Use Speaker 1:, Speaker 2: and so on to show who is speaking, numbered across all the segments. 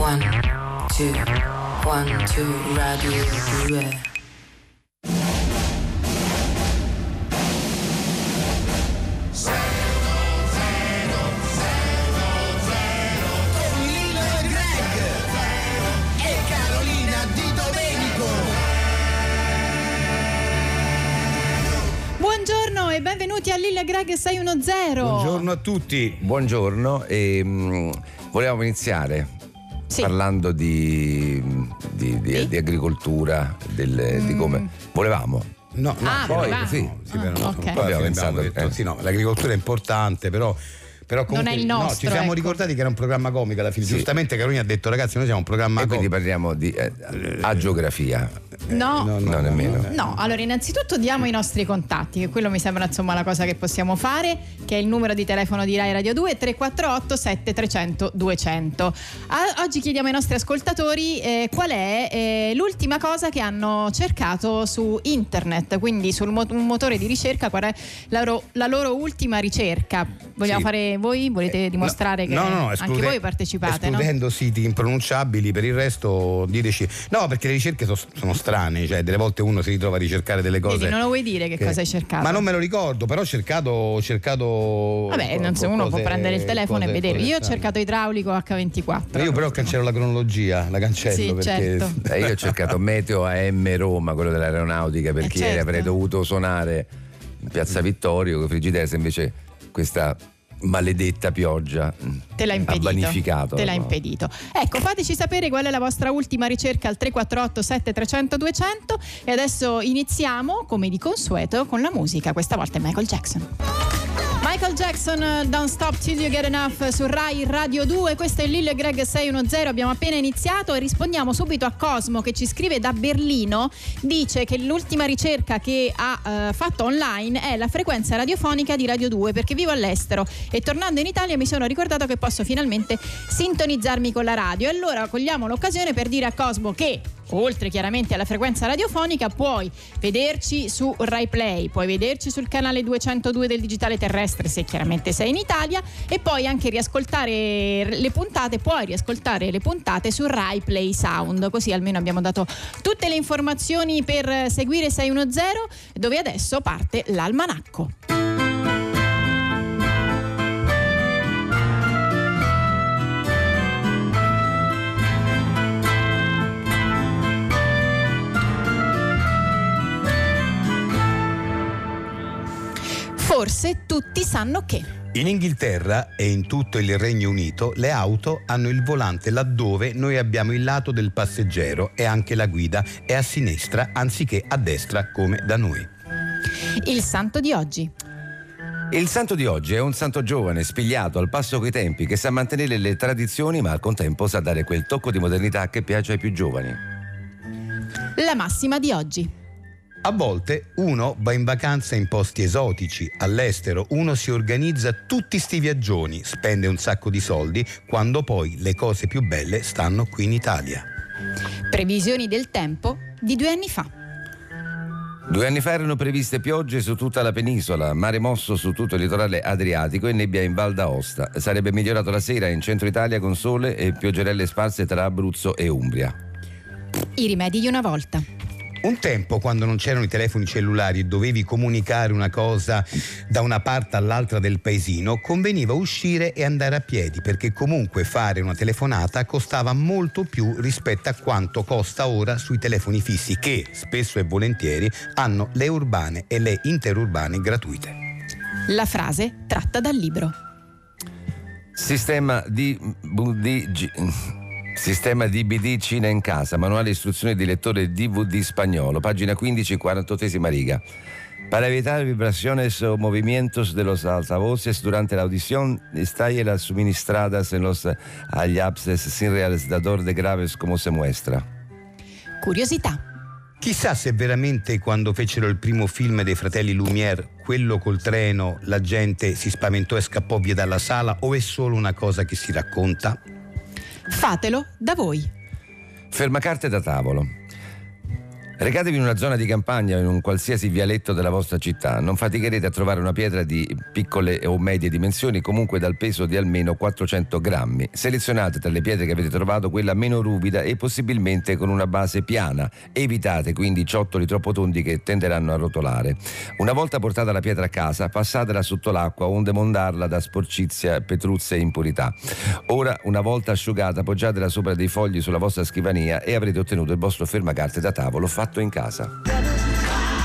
Speaker 1: One, two, one, two, radio 2.
Speaker 2: con Lino e Greg e Carolina Di Domenico.
Speaker 3: Buongiorno e benvenuti a Lilla Greg 610.
Speaker 4: Buongiorno a tutti.
Speaker 5: Buongiorno, e, mm, volevamo iniziare
Speaker 3: Sì.
Speaker 5: parlando di, di- di-
Speaker 3: Sì. Mm.
Speaker 5: di agricoltura, del- di come volevamo.
Speaker 4: No, no,
Speaker 3: Ah,
Speaker 4: però-
Speaker 5: poi,
Speaker 4: no,
Speaker 5: sì.
Speaker 4: sì, però
Speaker 3: Ah,
Speaker 4: no,
Speaker 3: ok.
Speaker 4: poi alla
Speaker 5: Abbiamo
Speaker 4: fine
Speaker 5: pensato,
Speaker 4: abbiamo detto,
Speaker 5: eh.
Speaker 4: sì, no, l'agricoltura è importante, però. Però comunque,
Speaker 3: è il
Speaker 4: no, ci
Speaker 3: nostro,
Speaker 4: siamo
Speaker 3: ecco.
Speaker 4: ricordati che era un programma comico alla fine.
Speaker 5: Sì.
Speaker 4: Giustamente Carolina ha detto, ragazzi, noi siamo un programma
Speaker 5: e quindi
Speaker 4: comico.
Speaker 5: parliamo di eh, a geografia.
Speaker 4: Eh,
Speaker 3: No. no.
Speaker 5: no, nemmeno.
Speaker 3: allora innanzitutto diamo i nostri contatti, che quello mi sembra insomma la cosa che possiamo fare, che è il numero di telefono di Rai Radio 2 348 7300 200. A- oggi chiediamo ai nostri ascoltatori eh, qual è eh, l'ultima cosa che hanno cercato su internet, quindi sul mo- un motore di ricerca, qual è la, loro- la loro ultima ricerca. Vogliamo
Speaker 4: Sì.
Speaker 3: fare voi? Volete
Speaker 4: Eh,
Speaker 3: dimostrare
Speaker 4: no,
Speaker 3: che
Speaker 4: no, no, no,
Speaker 3: anche
Speaker 4: esclude-
Speaker 3: voi partecipate? no?
Speaker 4: escludendo siti impronunciabili per il resto diteci no perché le ricerche so- sono strane cioè delle volte uno si ritrova a ricercare delle cose
Speaker 3: Vedi, non lo vuoi dire che cosa hai cercato?
Speaker 4: ma non me lo ricordo però ho cercato ho cercato
Speaker 3: Vabbè,
Speaker 4: co-
Speaker 3: non so, uno può
Speaker 4: cose-
Speaker 3: prendere il telefono e
Speaker 4: cose-
Speaker 3: vedere.
Speaker 4: cose
Speaker 3: Io ho
Speaker 4: strane.
Speaker 3: cercato idraulico H24.
Speaker 4: io però cancello la cronologia la cancello
Speaker 3: Sì,
Speaker 4: perché
Speaker 3: certo.
Speaker 5: Eh, io ho cercato Meteo AM Roma, quello dell'aeronautica, perché
Speaker 3: certo.
Speaker 5: ieri avrei dovuto suonare in Piazza Vittorio con Frigides, invece questa maledetta pioggia mm,
Speaker 3: Te l'ha impedito.
Speaker 5: ha vanificato.
Speaker 3: Te
Speaker 5: la
Speaker 3: l'ha
Speaker 5: cosa.
Speaker 3: impedito. Ecco, fateci sapere qual è la vostra ultima ricerca al 348 7300 200 e adesso iniziamo, come di consueto, con la musica. Questa volta è Michael Jackson. Michael Jackson, eh, Don't Stop Till You Get Enough su Rai Radio 2, questo è Lille Greg 610, abbiamo appena iniziato e rispondiamo subito a Cosmo che ci scrive da Berlino, dice che l'ultima ricerca che ha eh, fatto online è la frequenza radiofonica di Radio 2 perché vivo all'estero e tornando in Italia mi sono ricordato che posso finalmente sintonizzarmi con la radio e allora cogliamo l'occasione per dire a Cosmo che Oltre chiaramente alla frequenza radiofonica puoi vederci su Rai Play, puoi vederci sul canale 202 del digitale terrestre se chiaramente sei in Italia e puoi anche riascoltare le puntate, puoi riascoltare le puntate su Rai Play Sound, così almeno abbiamo dato tutte le informazioni per seguire 610 dove adesso parte l'almanacco. Forse tutti sanno che
Speaker 4: In Inghilterra e in tutto il Regno Unito le auto hanno il volante laddove noi abbiamo il lato del passeggero e anche la guida è a sinistra anziché a destra come da noi.
Speaker 3: il santo di oggi
Speaker 5: Il santo di oggi è un santo giovane, spigliato al passo coi tempi, che sa mantenere le tradizioni ma al contempo sa dare quel tocco di modernità che piace ai più giovani.
Speaker 3: la massima di oggi,
Speaker 4: A volte uno va in vacanza in posti esotici, all'estero, uno si organizza tutti sti viaggioni, spende un sacco di soldi, quando poi le cose più belle stanno qui in Italia.
Speaker 3: previsioni del tempo di due anni fa.
Speaker 5: Due anni fa erano previste piogge su tutta la penisola, mare mosso su tutto il litorale adriatico e nebbia in Val d'Aosta. Sarebbe migliorato la sera in centro Italia con sole e pioggerelle sparse tra Abruzzo e Umbria.
Speaker 3: I rimedi di una volta.
Speaker 4: Un tempo, quando non c'erano i telefoni cellulari e dovevi comunicare una cosa da una parte all'altra del paesino, conveniva uscire e andare a piedi, perché comunque fare una telefonata costava molto più rispetto a quanto costa ora sui telefoni fissi, che spesso e volentieri hanno le urbane e le interurbane gratuite.
Speaker 3: La frase tratta dal libro.
Speaker 5: Sistema di BD G- Sistema DBD Cina in casa, manuale istruzione di lettore DVD spagnolo, pagina 15, 48esima riga. Para evitar vibraciones o movimientos de los altavoces durante la audición, las suministradas en los hallapses sin realizador de graves como se muestra.
Speaker 3: Curiosità.
Speaker 4: Chissà se veramente quando fecero il primo film dei fratelli Lumière, quello col treno, la gente si spaventò e scappò via dalla sala o è solo una cosa che si racconta?
Speaker 3: Fatelo da voi.
Speaker 5: Fermacarte da tavolo. Recatevi in una zona di campagna o in un qualsiasi vialetto della vostra città. Non faticherete a trovare una pietra di piccole o medie dimensioni, comunque dal peso di almeno 400 grammi. Selezionate tra le pietre che avete trovato quella meno ruvida e possibilmente con una base piana. Evitate quindi ciottoli troppo tondi che tenderanno a rotolare. Una volta portata la pietra a casa, passatela sotto l'acqua onde mondarla da sporcizia, petruzze e impurità. Ora, una volta asciugata, appoggiatela sopra dei fogli sulla vostra scrivania e avrete ottenuto il vostro fermacarte da tavolo fatto in casa.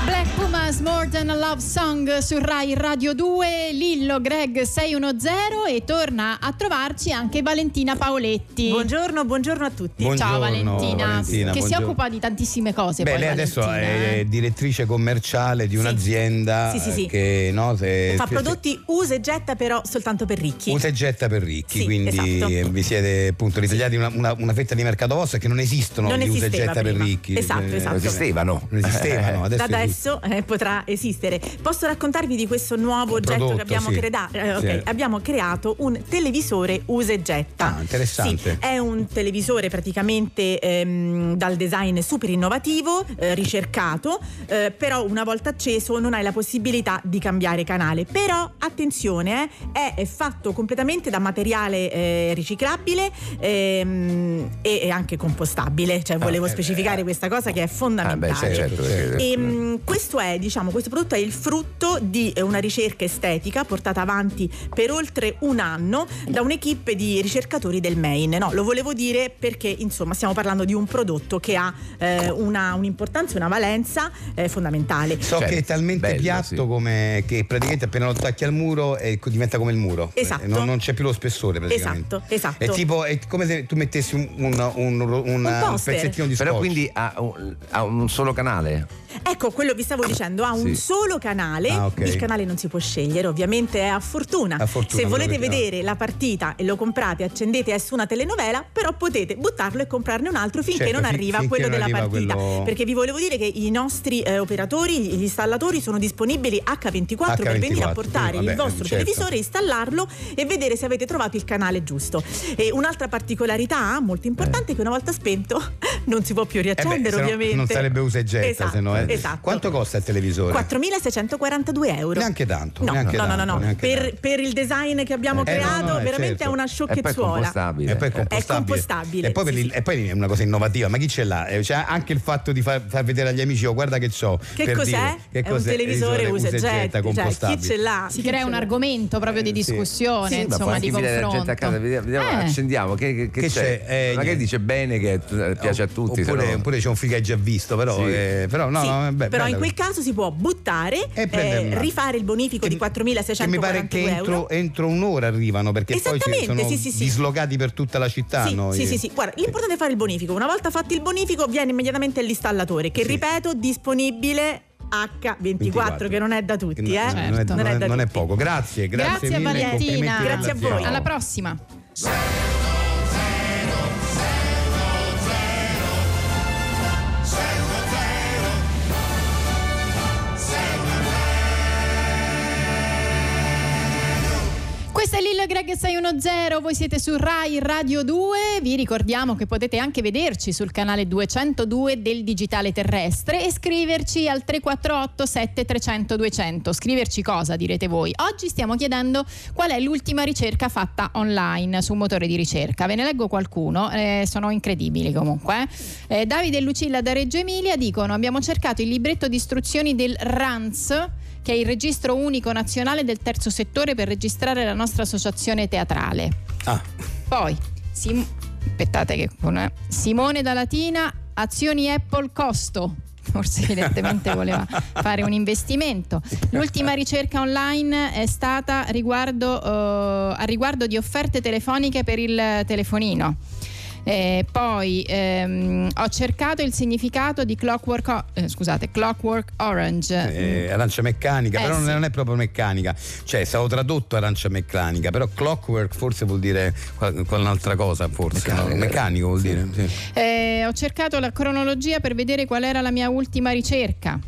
Speaker 3: Black Pumas More Than a Love Song su Rai Radio 2, Lillo Greg 610 e torna a trovarci anche Valentina Paoletti.
Speaker 6: Buongiorno, buongiorno a tutti.
Speaker 3: Ciao
Speaker 4: Buongiorno,
Speaker 3: Valentina,
Speaker 4: Valentina,
Speaker 3: che si
Speaker 4: buongiorno.
Speaker 3: occupa di tantissime cose.
Speaker 4: Beh,
Speaker 3: poi,
Speaker 4: lei adesso
Speaker 3: Valentina,
Speaker 4: è
Speaker 3: eh.
Speaker 4: direttrice commerciale di un'azienda
Speaker 6: Sì, sì, sì.
Speaker 4: che no, se-
Speaker 6: Fa
Speaker 4: se-
Speaker 6: prodotti usa e getta però soltanto per ricchi.
Speaker 4: eh, Usa e getta per ricchi,
Speaker 6: Sì,
Speaker 4: quindi
Speaker 6: esatto.
Speaker 4: eh, vi siete appunto ritagliati una, una- una fetta di mercato vostro che non esistono
Speaker 6: Non
Speaker 4: di usa e
Speaker 6: esisteva
Speaker 4: getta per
Speaker 6: prima.
Speaker 4: ricchi.
Speaker 6: Esatto,
Speaker 4: Eh,
Speaker 6: esatto.
Speaker 5: Non esistevano.
Speaker 4: Non
Speaker 5: eh.
Speaker 4: esistevano, adesso esiste.
Speaker 6: da adesso eh, potrà esistere. Posso raccontarvi di questo nuovo oggetto
Speaker 4: prodotto,
Speaker 6: che abbiamo,
Speaker 4: sì.
Speaker 6: creda- eh, ok,
Speaker 4: Sì.
Speaker 6: abbiamo creato un televisore usa e getta.
Speaker 4: Ah, interessante.
Speaker 6: Sì, eh. è un televisore praticamente ehm, dal design super innovativo, eh, ricercato, eh, però una volta acceso non hai la possibilità di cambiare canale. Però attenzione, eh, è, è fatto completamente da materiale eh, riciclabile ehm, e, e anche compostabile, cioè volevo
Speaker 4: eh,
Speaker 6: specificare
Speaker 4: eh.
Speaker 6: questa cosa che è
Speaker 5: Ah,
Speaker 6: fondamentale.
Speaker 5: beh, sì, certo. perché-
Speaker 6: E,
Speaker 3: Ehm,
Speaker 6: mh, questo è, diciamo, questo prodotto è il frutto di eh, una ricerca estetica portata avanti per oltre un anno da un'equipe di ricercatori del Maine. No, lo volevo dire perché, insomma, stiamo parlando di un prodotto che ha eh, una, un'importanza, una valenza eh, fondamentale.
Speaker 4: So
Speaker 5: Cioè,
Speaker 4: che è talmente
Speaker 5: bello,
Speaker 4: piatto
Speaker 5: sì.
Speaker 4: come che praticamente appena lo attacchi al muro eh, co- diventa come il muro.
Speaker 6: Esatto.
Speaker 4: Eh, Non, non c'è più lo spessore praticamente.
Speaker 6: Esatto, esatto.
Speaker 4: È tipo è come se tu mettessi un, un- un- un
Speaker 6: poster.
Speaker 4: pezzettino di scotch.
Speaker 5: Però quindi ha un, ha un solo canale.
Speaker 6: Ecco, quello vi stavo dicendo, ha un
Speaker 5: Sì.
Speaker 6: solo canale,
Speaker 4: Ah, ok.
Speaker 6: il canale non si può scegliere, ovviamente è a fortuna.
Speaker 4: A fortuna,
Speaker 6: Se volete
Speaker 4: quello che-
Speaker 6: vedere la partita e lo comprate, accendete, è su una telenovela, però potete buttarlo e comprarne un altro finché
Speaker 4: Certo,
Speaker 6: non
Speaker 4: fin-
Speaker 6: arriva
Speaker 4: finché
Speaker 6: quello
Speaker 4: non
Speaker 6: della
Speaker 4: arriva
Speaker 6: partita.
Speaker 4: quello-
Speaker 6: Perché vi volevo dire che i nostri eh, operatori, gli installatori sono disponibili H24, per venire a
Speaker 4: H24,
Speaker 6: portare
Speaker 4: vabbè,
Speaker 6: il vostro
Speaker 4: certo.
Speaker 6: televisore, installarlo e vedere se avete trovato il canale giusto. E un'altra particolarità molto importante è che una volta spento non si può più
Speaker 4: Eh beh,
Speaker 6: riaccendere
Speaker 4: se no
Speaker 6: ovviamente.
Speaker 4: Non sarebbe usa e getta,
Speaker 6: Esatto,
Speaker 4: se no, eh.
Speaker 6: esatto.
Speaker 4: Quanto costa il televisore?
Speaker 6: 4.642 euro.
Speaker 4: Neanche tanto,
Speaker 6: No,
Speaker 4: neanche
Speaker 6: no, no,
Speaker 4: tanto,
Speaker 6: no, no.
Speaker 4: neanche
Speaker 6: Per,
Speaker 4: tanto.
Speaker 6: per il design che abbiamo
Speaker 4: Eh, no,
Speaker 6: creato,
Speaker 4: no, eh,
Speaker 6: veramente è
Speaker 4: certo.
Speaker 6: una
Speaker 5: E poi è
Speaker 6: sciocchezzuola.
Speaker 5: compostabile.
Speaker 4: E poi è
Speaker 5: Eh,
Speaker 4: compostabile.
Speaker 6: compostabile,
Speaker 4: E poi, per
Speaker 6: sì,
Speaker 4: il-
Speaker 6: sì.
Speaker 4: e poi è una cosa innovativa, ma chi ce l'ha? Eh, C'è anche il fatto di far, far vedere agli amici, oh, guarda che c'ho.
Speaker 6: Che
Speaker 4: per
Speaker 6: cos'è?
Speaker 4: dire, che
Speaker 6: è un
Speaker 4: cos'è?
Speaker 6: televisore usa e getta, cioè,
Speaker 4: compostabile.
Speaker 6: chi ce l'ha?
Speaker 3: Si
Speaker 6: Chi
Speaker 3: crea
Speaker 6: ce
Speaker 3: un
Speaker 6: l'ha?
Speaker 3: argomento proprio di
Speaker 4: Eh, sì.
Speaker 3: discussione,
Speaker 6: Sì, ma
Speaker 5: può
Speaker 3: insomma,
Speaker 5: anche
Speaker 3: di
Speaker 5: invitare la gente a casa,
Speaker 3: confronto.
Speaker 5: vediamo, vediamo,
Speaker 3: Eh.
Speaker 5: accendiamo. Che, che- che
Speaker 4: Che c'è?
Speaker 5: c'è?
Speaker 4: Eh,
Speaker 5: Ma che
Speaker 4: niente.
Speaker 5: dice bene che eh, piace a tutti. se
Speaker 4: Oppure,
Speaker 5: no-
Speaker 4: oppure c'è un figa che già visto, però,
Speaker 5: Sì.
Speaker 4: eh, però no,
Speaker 6: Sì,
Speaker 4: no, è be-
Speaker 6: però in
Speaker 4: bella
Speaker 6: quel caso si può buttare,
Speaker 4: E prenderne un
Speaker 6: eh,
Speaker 4: altro.
Speaker 6: rifare il bonifico
Speaker 4: Che-
Speaker 6: di 4.642
Speaker 4: che mi pare che
Speaker 6: euro.
Speaker 4: entro, entro un'ora arrivano perché poi ci
Speaker 6: Esattamente,
Speaker 4: sono
Speaker 6: sì, sì, sì.
Speaker 4: dislocati per tutta la città.
Speaker 6: sì,
Speaker 4: no?
Speaker 6: sì,
Speaker 4: Eh.
Speaker 6: sì, sì. Guarda, l'importante è fare il bonifico. Una volta fatto il bonifico, viene immediatamente all'installatore, che
Speaker 4: Sì.
Speaker 6: ripeto, disponibile H24,
Speaker 4: 24,
Speaker 6: che non è da tutti, eh.
Speaker 4: No, non, è,
Speaker 3: Certo.
Speaker 4: non è-
Speaker 6: da
Speaker 4: non è
Speaker 6: tutti.
Speaker 4: poco. Grazie,
Speaker 3: Grazie,
Speaker 4: grazie,
Speaker 3: a
Speaker 4: mille.
Speaker 3: Valentina.
Speaker 4: complimenti per
Speaker 6: Grazie a voi.
Speaker 4: l'azienda.
Speaker 3: Alla prossima. Questa è Lillo e Greg 610, voi siete su Rai Radio 2, vi ricordiamo che potete anche vederci sul canale 202 del Digitale Terrestre e scriverci al 348 7300 200. Scriverci cosa direte voi? Oggi stiamo chiedendo qual è l'ultima ricerca fatta online su un motore di ricerca. Ve ne leggo qualcuno, eh, sono incredibili comunque. eh. Eh, Davide e Lucilla da Reggio Emilia dicono abbiamo cercato il libretto di istruzioni del RANS che è il registro unico nazionale del terzo settore per registrare la nostra associazione teatrale.
Speaker 4: Ah,
Speaker 3: Poi, Sim- aspettate che eh. Simone da Latina, azioni Apple costo. Forse evidentemente voleva fare un investimento. L'ultima ricerca online è stata riguardo, eh, a riguardo di offerte telefoniche per il telefonino. Eh, poi ehm, ho cercato il significato di Clockwork, O- eh, scusate, Clockwork Orange.
Speaker 4: eh, arancia meccanica,
Speaker 3: Eh,
Speaker 4: però non è-
Speaker 3: sì.
Speaker 4: non è proprio meccanica, cioè è stato tradotto arancia meccanica, però clockwork forse vuol dire qual- qualun'altra cosa, forse no?
Speaker 5: Meccanico.
Speaker 4: meccanico, vuol dire. sì.
Speaker 3: Eh, ho cercato la cronologia per vedere qual era la mia ultima ricerca.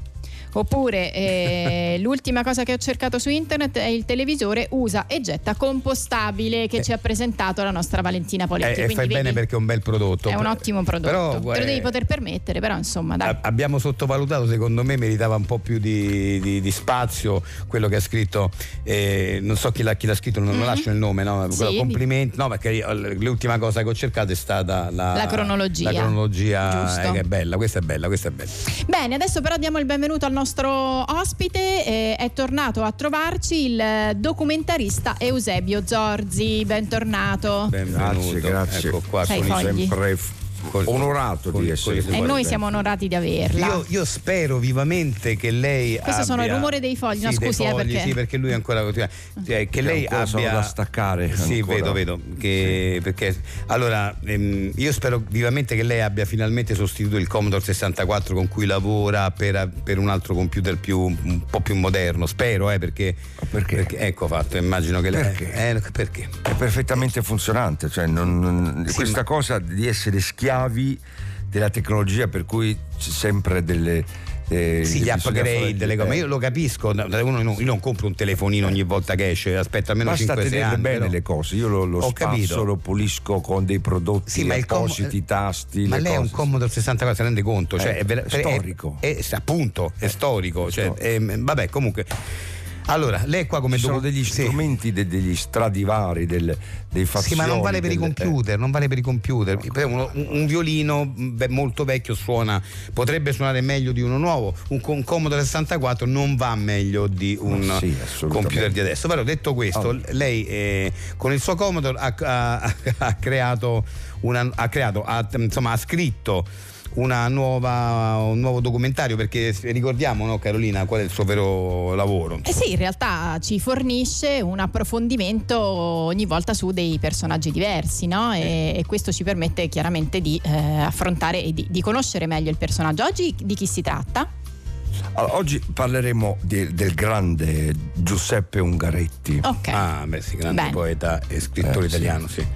Speaker 3: Oppure eh, l'ultima cosa che ho cercato su internet è il televisore usa e getta compostabile che
Speaker 4: Eh.
Speaker 3: ci ha presentato la nostra Valentina Poletti.
Speaker 4: Eh,
Speaker 3: Quindi
Speaker 4: fai bene
Speaker 3: vedi,
Speaker 4: perché è un bel prodotto.
Speaker 3: è un ottimo prodotto.
Speaker 4: Però,
Speaker 3: Te lo
Speaker 4: eh,
Speaker 3: devi poter permettere, però insomma, dai.
Speaker 4: a- Abbiamo sottovalutato, secondo me meritava un po' più di, di- di spazio quello che ha scritto, eh, non so chi l'ha, chi l'ha scritto, non, non
Speaker 3: Mhm.
Speaker 4: lascio il nome, no?
Speaker 3: Sì,
Speaker 4: complimenti, no perché io- l'ultima cosa che ho cercato è stata la,
Speaker 3: La cronologia.
Speaker 4: la cronologia,
Speaker 3: Giusto.
Speaker 4: eh, che è bella, questa è bella, questa è bella.
Speaker 3: Bene, adesso però diamo il benvenuto al nostro ospite. eh, è tornato a trovarci il eh, documentarista Eusebio Zorzi. Bentornato.
Speaker 4: Benvenuto.
Speaker 5: Grazie, grazie.
Speaker 4: Ecco qua,
Speaker 3: Sei
Speaker 4: con i
Speaker 3: fogli.
Speaker 5: Sempre f-
Speaker 4: Col-
Speaker 5: onorato
Speaker 4: col-
Speaker 5: di
Speaker 4: col-
Speaker 5: essere
Speaker 4: col-
Speaker 5: qui.
Speaker 3: E
Speaker 4: guarda.
Speaker 3: noi siamo onorati di averla.
Speaker 4: Io, io spero vivamente che lei.
Speaker 3: Questo
Speaker 4: abbia-
Speaker 3: sono il rumore dei fogli, no,
Speaker 4: Sì, dei
Speaker 3: scusi, eh,
Speaker 4: fogli,
Speaker 3: perché- Ah.
Speaker 4: Sì, perché lui è ancora. continua- eh, che lei
Speaker 5: ancora sono
Speaker 4: abbia.
Speaker 5: da staccare,
Speaker 4: Sì,
Speaker 5: ancora.
Speaker 4: vedo, vedo. che- Perché allora ehm, io spero vivamente che lei abbia finalmente sostituito il Commodore 64 con cui lavora per, per un altro computer più, un po' più moderno. Spero, eh, perché.
Speaker 5: Ma perché?
Speaker 4: Ecco fatto, immagino che lei.
Speaker 5: Perché?
Speaker 4: Eh, perché?
Speaker 5: È perfettamente funzionante, cioè non- non-
Speaker 4: Sì,
Speaker 5: questa
Speaker 4: ma-
Speaker 5: cosa di essere schiavi della tecnologia per cui c'è sempre delle... eh,
Speaker 4: Sì, gli
Speaker 5: bisogna
Speaker 4: upgrade,
Speaker 5: fare-
Speaker 4: le cose. Ma
Speaker 5: eh,
Speaker 4: io lo capisco, no, uno non- io non compro un telefonino ogni volta che esce, aspetto almeno
Speaker 5: Basta
Speaker 4: 5-6
Speaker 5: tenere
Speaker 4: anni.
Speaker 5: bene
Speaker 4: però-
Speaker 5: le cose, io lo, lo
Speaker 4: Ho
Speaker 5: spazzo,
Speaker 4: capito.
Speaker 5: lo pulisco con dei prodotti
Speaker 4: Sì,
Speaker 5: sì,
Speaker 4: ma il com- eh,
Speaker 5: appositi, tasti,
Speaker 4: ma
Speaker 5: le
Speaker 4: lei è un
Speaker 5: cose.
Speaker 4: Commodore 64, si rende conto? Cioè,
Speaker 5: Eh,
Speaker 4: è, vera-
Speaker 5: è storico. Eh,
Speaker 4: È, è- appunto, è storico. cioè,
Speaker 5: storico.
Speaker 4: ehm, vabbè, comunque. Allora, lei qua come
Speaker 5: Ci sono
Speaker 4: docu-
Speaker 5: degli
Speaker 4: sì.
Speaker 5: strumenti, de- degli stradivari, del- dei
Speaker 4: Sì,
Speaker 5: fazioni.
Speaker 4: ma non vale per i
Speaker 5: del- eh,
Speaker 4: computer, non vale per i computer. Per uno- un, un violino mh, beh, molto vecchio suona, potrebbe suonare meglio di uno nuovo. Un, un Commodore 64 non va meglio di un
Speaker 5: Ma sì, assolutamente. Ah.
Speaker 4: computer di adesso. Però detto questo,
Speaker 5: Ovvio.
Speaker 4: lei eh, con il suo Commodore ha, ha- ha creato, una- ha, creato ha, insomma, ha scritto una nuova- un nuovo documentario perché s- ricordiamo no, Carolina qual è il suo vero lavoro
Speaker 3: Eh sì, in realtà ci fornisce un approfondimento ogni volta su dei personaggi diversi, no? E, e questo ci permette chiaramente di eh, affrontare e di, di conoscere meglio il personaggio. Oggi di chi si tratta?
Speaker 5: Allora, oggi parleremo de- del grande Giuseppe Ungaretti.
Speaker 3: Ok.
Speaker 4: ah beh sì grande
Speaker 3: Bene.
Speaker 4: poeta e scrittore
Speaker 5: Eh, sì.
Speaker 4: italiano sì.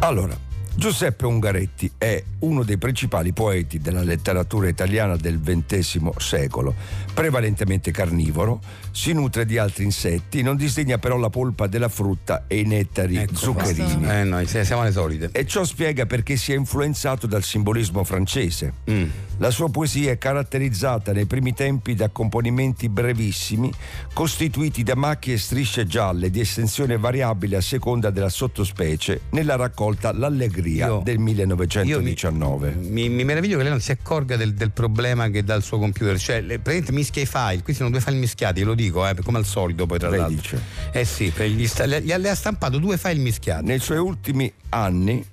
Speaker 5: Allora, Giuseppe Ungaretti è uno dei principali poeti della letteratura italiana del XX secolo, prevalentemente carnivoro, si nutre di altri insetti, non disdegna però la polpa della frutta e i nettari
Speaker 4: Ecco,
Speaker 5: zuccherini. Eh.
Speaker 4: basta. Eh, no, se- siamo alle solite.
Speaker 5: E ciò spiega perché si è influenzato dal simbolismo francese.
Speaker 4: Mm.
Speaker 5: La sua poesia è caratterizzata nei primi tempi da componimenti brevissimi, costituiti da macchie e strisce gialle di estensione variabile a seconda della sottospecie, nella raccolta L'Allegria
Speaker 4: Io-
Speaker 5: del 1919.
Speaker 4: Io mi, mi- mi meraviglio che lei non si accorga del, del problema che dà il suo computer, cioè le- praticamente mischia i file, qui sono due file mischiati, lo dico, eh, come al solito poi tra
Speaker 5: Lei
Speaker 4: l'altro.
Speaker 5: dice.
Speaker 4: Eh sì, per gli sta- le, le ha stampato due file mischiati.
Speaker 5: Nei suoi ultimi anni,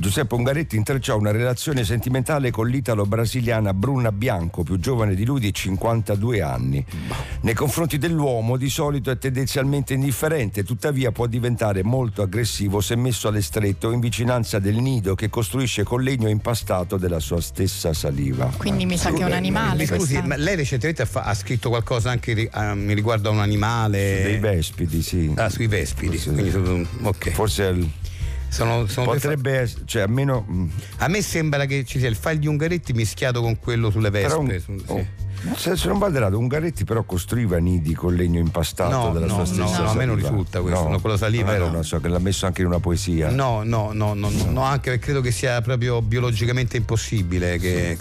Speaker 5: Giuseppe Ungaretti intrecciò una relazione sentimentale con l'italo-brasiliana Bruna Bianco, più giovane di lui di 52 anni. Nei confronti dell'uomo di solito è tendenzialmente indifferente, tuttavia può diventare molto aggressivo se messo alle strette o in vicinanza del nido che costruisce col legno impastato della sua stessa saliva.
Speaker 3: Quindi mi sa che è un
Speaker 4: eh, Mi
Speaker 3: animale.
Speaker 4: scusi,
Speaker 3: questa.
Speaker 4: ma lei recentemente ha, fa- ha scritto qualcosa anche ri- ehm, riguardo a un animale?
Speaker 5: Dei vespidi, sì.
Speaker 4: Ah, sui vespidi.
Speaker 5: Sì.
Speaker 4: quindi sono- ok.
Speaker 5: Forse il-
Speaker 4: Sono- sono due file-
Speaker 5: potrebbe, essere- cioè almeno... mm,
Speaker 4: A me sembra che ci sia il file di Ungaretti mischiato con quello sulle vespe.
Speaker 5: Però un-
Speaker 4: su- sì.
Speaker 5: oh, se, se non vado errato, Ungaretti però costruiva nidi con legno impastato
Speaker 4: No,
Speaker 5: della
Speaker 4: no,
Speaker 5: sua stessa
Speaker 4: no, no, a me non
Speaker 5: saliva.
Speaker 4: risulta questo, no, con la saliva
Speaker 5: non era
Speaker 4: no.
Speaker 5: una so- che l'ha messo anche in una poesia.
Speaker 4: No, no, no, no, no, anche perché credo che sia proprio biologicamente impossibile che,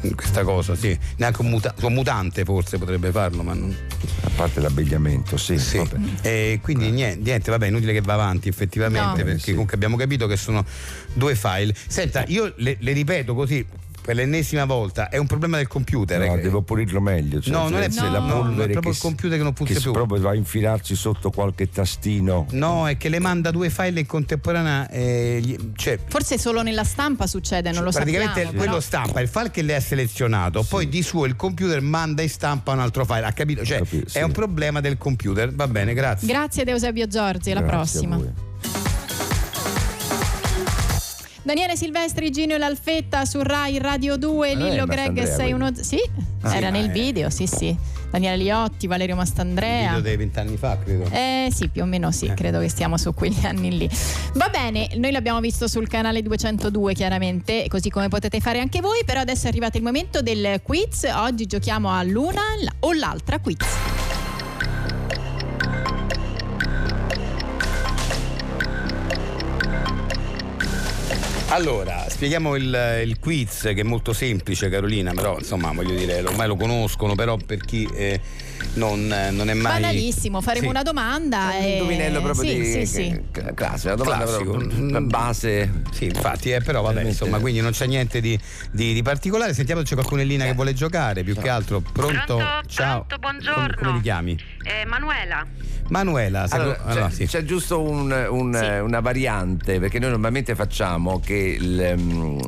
Speaker 4: che- questa cosa, sì. Neanche un, muta- un mutante forse potrebbe farlo, ma non.
Speaker 5: A parte l'abbigliamento, sì.
Speaker 4: Sì.
Speaker 5: vabbè.
Speaker 4: E quindi niente, niente, vabbè, inutile che va avanti effettivamente,
Speaker 3: No.
Speaker 4: perché
Speaker 5: Sì.
Speaker 4: comunque abbiamo capito che sono due file. Senta, io le, le ripeto così per l'ennesima volta, è un problema del computer.
Speaker 5: No,
Speaker 4: eh, che-
Speaker 5: devo pulirlo meglio. cioè,
Speaker 4: No,
Speaker 5: se-
Speaker 4: non è-
Speaker 5: se
Speaker 3: no,
Speaker 5: la
Speaker 3: no,
Speaker 5: polvere
Speaker 4: è proprio
Speaker 5: che
Speaker 4: il computer che non funziona
Speaker 5: che
Speaker 4: più.
Speaker 5: proprio va a infilarci sotto qualche tastino.
Speaker 4: No, è che le manda due file in contemporanea, eh, gli- cioè,
Speaker 3: Forse solo nella stampa succede, Cioè, non lo
Speaker 4: praticamente
Speaker 3: sappiamo.
Speaker 4: quello
Speaker 3: però.
Speaker 4: stampa il file che lei ha selezionato poi di suo il computer manda in stampa un altro file ha capito? Cioè,
Speaker 5: capito, sì.
Speaker 4: è un problema del computer va bene grazie
Speaker 3: Grazie ad Eusebio Giorgi, alla
Speaker 5: Grazie a
Speaker 3: prossima.
Speaker 5: voi.
Speaker 3: Daniele Silvestri, Gino e l'Alfetta su Rai Radio
Speaker 4: Ah,
Speaker 3: 2,
Speaker 7: Non è
Speaker 3: Lillo
Speaker 7: Mastandrea,
Speaker 3: Greg 61. Sì,
Speaker 7: Ah,
Speaker 3: era
Speaker 7: sì,
Speaker 3: nel
Speaker 4: eh.
Speaker 3: video, sì, sì. Daniele Liotti, Valerio
Speaker 4: Il video
Speaker 3: Mastandrea.
Speaker 4: dei vent'anni fa, credo.
Speaker 3: Eh sì, più o meno sì,
Speaker 4: Eh.
Speaker 3: credo che stiamo su quegli anni lì. Va bene, noi l'abbiamo visto sul canale 202 chiaramente, così come potete fare anche voi, però adesso è arrivato il momento del quiz. Oggi giochiamo all'una l- o l'altra quiz.
Speaker 4: Allora, spieghiamo il, il quiz che è molto semplice, Carolina, però insomma, voglio dire, ormai lo conoscono, però per chi eh, non, eh, non è mai
Speaker 3: Banalissimo, faremo
Speaker 4: Sì.
Speaker 3: una domanda
Speaker 5: Un
Speaker 3: e
Speaker 5: indovinello proprio
Speaker 3: sì,
Speaker 5: di
Speaker 3: sì, sì.
Speaker 5: cl- classe, una domanda
Speaker 4: Classico.
Speaker 5: proprio
Speaker 4: Mm.
Speaker 5: base.
Speaker 4: Sì, infatti, eh, però vabbè,
Speaker 5: Veramente.
Speaker 4: insomma, quindi non c'è niente di, di- di particolare. Sentiamo se c'è qualcuno in linea che vuole giocare, più che altro. Pronto?
Speaker 6: Pronto?
Speaker 4: Ciao.
Speaker 6: Pronto, buongiorno.
Speaker 4: Come, come ti chiami?
Speaker 6: Eh, Manuela,
Speaker 4: Manuela, sai
Speaker 5: Allora,
Speaker 4: co-
Speaker 5: c'è,
Speaker 4: allora, sì.
Speaker 5: c'è giusto un-
Speaker 4: Eh,
Speaker 5: un-
Speaker 6: Sì.
Speaker 5: Eh, una variante, perché noi normalmente facciamo che il, mm,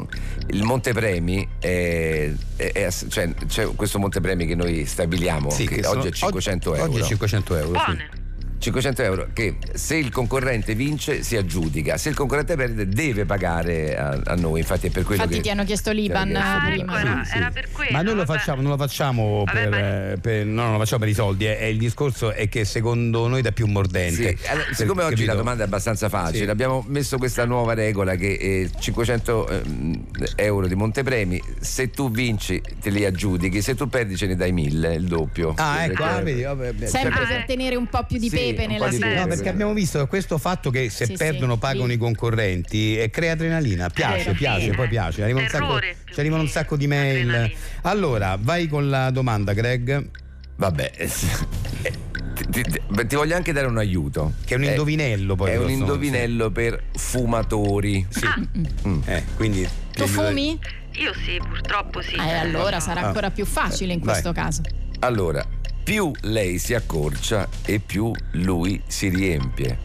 Speaker 5: il montepremi, è- è- è ass- cioè, c'è questo montepremi che noi stabiliamo,
Speaker 4: Sì,
Speaker 5: che,
Speaker 4: che sono-
Speaker 5: oggi è 500
Speaker 4: oggi-
Speaker 5: euro.
Speaker 4: Oggi è 500 euro. sì.
Speaker 6: buone.
Speaker 5: 500 euro che se il concorrente vince si aggiudica, se il concorrente perde deve pagare a, a noi, infatti è per quello
Speaker 3: Infatti
Speaker 5: che...
Speaker 3: ti hanno chiesto eh, l'Iban
Speaker 5: che-
Speaker 6: Ah,
Speaker 3: prima.
Speaker 6: ecco, era, era per quello.
Speaker 4: Ma noi lo
Speaker 6: vabbè.
Speaker 4: facciamo, non lo facciamo,
Speaker 6: Vabbè,
Speaker 4: per, eh, per- no, non lo facciamo per i soldi, eh, è il discorso è che secondo noi dà più mordente.
Speaker 5: Sì, allora, siccome
Speaker 4: Per-
Speaker 5: oggi la
Speaker 4: capito?
Speaker 5: domanda è abbastanza facile,
Speaker 4: Sì.
Speaker 5: abbiamo messo questa nuova regola che eh, 500 ehm, euro di montepremi, se tu vinci te li aggiudichi, se tu perdi ce ne dai 1000, il doppio.
Speaker 4: Ah, ecco, ah,
Speaker 5: Perché-
Speaker 4: vedi, vabbè, beh,
Speaker 3: Sempre
Speaker 6: Ah,
Speaker 3: per
Speaker 6: eh.
Speaker 3: tenere un po' più di
Speaker 5: Sì,
Speaker 3: pepe
Speaker 5: un
Speaker 3: nella
Speaker 5: po' di
Speaker 6: vita.
Speaker 5: pepe.
Speaker 4: No, perché abbiamo visto questo fatto che se
Speaker 3: Sì,
Speaker 4: perdono
Speaker 3: sì,
Speaker 4: pagano
Speaker 3: lì.
Speaker 4: i concorrenti e crea adrenalina. Piace,
Speaker 3: vero,
Speaker 4: piace,
Speaker 6: sì,
Speaker 4: poi
Speaker 6: eh.
Speaker 4: piace. Arriva un sacco,
Speaker 6: Terrore più
Speaker 4: ci arrivano un
Speaker 6: che
Speaker 4: sacco di mail.
Speaker 6: adrenalina.
Speaker 4: Allora, vai con la domanda, Greg.
Speaker 5: Vabbè. eh, Ti, ti- ti- beh, ti voglio anche dare un aiuto.
Speaker 4: Che è un indovinello, poi,
Speaker 5: Eh, È un
Speaker 4: grosso modo,
Speaker 5: indovinello per fumatori.
Speaker 4: Sì.
Speaker 6: Ah.
Speaker 5: Mm.
Speaker 4: Eh, quindi.
Speaker 3: Tu fumi?
Speaker 6: Io sì, purtroppo sì.
Speaker 3: Eh, allora sarà
Speaker 4: Ah.
Speaker 3: ancora più facile in
Speaker 4: Vai.
Speaker 3: questo caso.
Speaker 5: Allora, più lei si accorcia e più lui si riempie.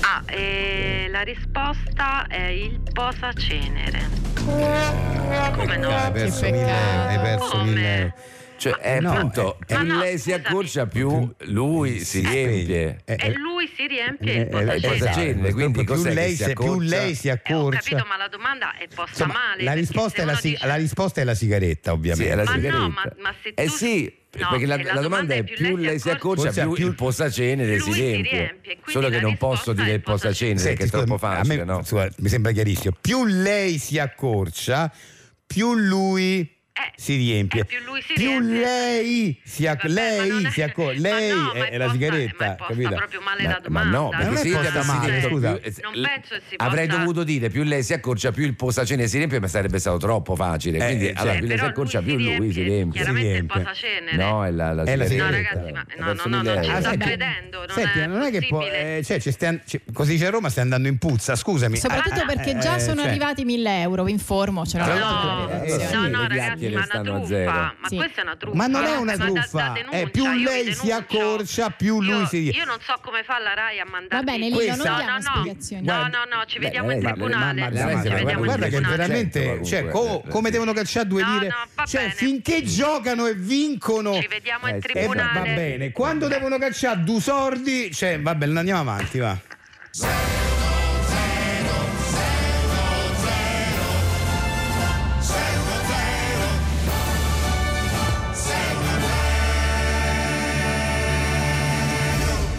Speaker 6: Ah, eh, la risposta è il posacenere.
Speaker 3: Che
Speaker 4: eh, Hai perso 1000 euro.
Speaker 6: Come no?
Speaker 3: peccato.
Speaker 4: Hai perso
Speaker 6: Come?
Speaker 4: 1000 euro.
Speaker 5: Cioè, è
Speaker 4: No,
Speaker 5: appunto,
Speaker 4: eh,
Speaker 5: più
Speaker 6: ma Ah, no,
Speaker 5: lei si
Speaker 6: scusami.
Speaker 5: accorcia, più lui si
Speaker 4: Sì.
Speaker 5: riempie.
Speaker 4: Eh,
Speaker 6: E lui si riempie
Speaker 4: eh,
Speaker 6: il posacenere.
Speaker 5: il posacenere. quindi
Speaker 4: più
Speaker 5: cos'è che
Speaker 4: lei,
Speaker 5: si
Speaker 4: se- più
Speaker 5: accorcia?
Speaker 4: lei si
Speaker 6: Eh, ho
Speaker 4: accorcia.
Speaker 6: capito, ma la domanda è posta
Speaker 4: Insomma,
Speaker 6: male.
Speaker 4: la,
Speaker 6: perché
Speaker 4: risposta
Speaker 6: se
Speaker 4: è la,
Speaker 6: uno
Speaker 4: sig-
Speaker 6: dice-
Speaker 4: la risposta è la sigaretta, ovviamente.
Speaker 5: Sì, è la
Speaker 6: Ma no,
Speaker 5: sigaretta.
Speaker 6: ma- ma se
Speaker 5: eh
Speaker 6: tu-
Speaker 5: sì,
Speaker 6: no,
Speaker 5: perché la,
Speaker 6: se
Speaker 5: la domanda è più lei si accorcia,
Speaker 4: Forse
Speaker 5: più,
Speaker 4: ha più-
Speaker 5: il posacenere si
Speaker 6: Lui si
Speaker 5: riempie.
Speaker 6: riempie, quindi
Speaker 5: Solo che
Speaker 6: la
Speaker 5: non posso
Speaker 6: risposta
Speaker 5: dire
Speaker 6: è
Speaker 5: il posacenere,
Speaker 4: Senti,
Speaker 5: che è troppo
Speaker 4: scusa, a
Speaker 5: facile,
Speaker 4: me-
Speaker 5: no?
Speaker 4: scusa, mi sembra chiarissimo. Più lei si accorcia, più lui
Speaker 6: Eh,
Speaker 4: si riempie.
Speaker 6: eh, più lui si riempie.
Speaker 4: lei si
Speaker 6: Vabbè,
Speaker 4: accorcia.
Speaker 6: ma non
Speaker 4: Lei,
Speaker 6: è-
Speaker 4: si accor-
Speaker 6: ma
Speaker 4: lei
Speaker 6: no, ma
Speaker 4: è, è la
Speaker 6: posta- ma
Speaker 4: sigaretta,
Speaker 6: è posta
Speaker 4: capito?
Speaker 6: proprio male
Speaker 5: Ma,
Speaker 6: la
Speaker 5: ma
Speaker 6: domanda.
Speaker 5: no,
Speaker 4: non
Speaker 5: perché
Speaker 4: è
Speaker 5: se io ti
Speaker 4: posta
Speaker 5: avessi
Speaker 4: male,
Speaker 5: detto
Speaker 4: scusa.
Speaker 5: più-
Speaker 6: Non penso si
Speaker 5: eh, avrei
Speaker 6: possa-
Speaker 5: dovuto dire più lei si accorcia, più il posacenere si riempie, ma sarebbe stato troppo facile.
Speaker 4: Eh,
Speaker 5: Quindi
Speaker 4: eh,
Speaker 5: allora,
Speaker 4: certo.
Speaker 5: più lei si
Speaker 6: Però
Speaker 5: accorcia,
Speaker 6: lui
Speaker 5: più lui si
Speaker 6: si riempie,
Speaker 5: riempie.
Speaker 4: chiaramente
Speaker 6: Chiaramente
Speaker 4: riempie.
Speaker 6: il posacenere.
Speaker 5: No, è la, la
Speaker 4: È la
Speaker 6: No,
Speaker 4: sigaretta.
Speaker 6: ragazzi, ma
Speaker 5: Ha
Speaker 6: no,
Speaker 5: perso
Speaker 6: no, no,
Speaker 5: mille
Speaker 6: non ci
Speaker 5: euro.
Speaker 6: sto
Speaker 4: ah, senti,
Speaker 6: credendo. Non
Speaker 4: senti,
Speaker 6: è
Speaker 4: non è che può-
Speaker 6: possibile.
Speaker 4: eh, cioè, ci stai- ci- così dice a Roma stai andando in puzza, scusami.
Speaker 3: Soprattutto perché già
Speaker 4: eh,
Speaker 3: sono
Speaker 4: cioè-
Speaker 3: arrivati 1000 euro, vi informo, ce
Speaker 6: No,
Speaker 3: l'ho
Speaker 4: l'altro-
Speaker 6: no,
Speaker 4: eh, sì,
Speaker 6: no,
Speaker 4: le
Speaker 6: ragazzi,
Speaker 5: chiacchiere
Speaker 6: ma è
Speaker 5: stanno a
Speaker 6: una
Speaker 5: zero.
Speaker 6: truffa. Ma
Speaker 3: Sì.
Speaker 6: questa è una truffa.
Speaker 4: Ma non è
Speaker 6: ragazzi,
Speaker 4: una
Speaker 6: ma da- da
Speaker 4: truffa,
Speaker 6: denuncia,
Speaker 4: è più
Speaker 6: io vi
Speaker 4: lei si
Speaker 6: denuncio.
Speaker 4: accorcia, più lui
Speaker 6: Io-
Speaker 4: si riempie.
Speaker 6: Io non so come fa la RAI a mandare.
Speaker 3: Va bene,
Speaker 4: Lillo, non
Speaker 6: no,
Speaker 3: diamo
Speaker 6: no,
Speaker 3: spiegazioni.
Speaker 6: No,
Speaker 3: Guarda-
Speaker 6: no, no, ci
Speaker 5: Beh,
Speaker 6: vediamo in
Speaker 5: lei-
Speaker 6: tribunale.
Speaker 5: mamma mia,
Speaker 6: Ci
Speaker 5: guarda,
Speaker 6: vediamo in
Speaker 4: guarda che
Speaker 5: Certo,
Speaker 6: tribunale.
Speaker 4: veramente, cioè, co- come devono cacciare due
Speaker 6: No,
Speaker 4: lire?
Speaker 6: no, va
Speaker 4: cioè,
Speaker 6: bene.
Speaker 4: finché giocano e vincono.
Speaker 6: Ci vediamo
Speaker 5: Eh,
Speaker 6: in
Speaker 5: sì,
Speaker 4: Eh, va- va
Speaker 6: tribunale.
Speaker 4: bene, quando devono cacciare due sordi, cioè, va bene, andiamo avanti, va.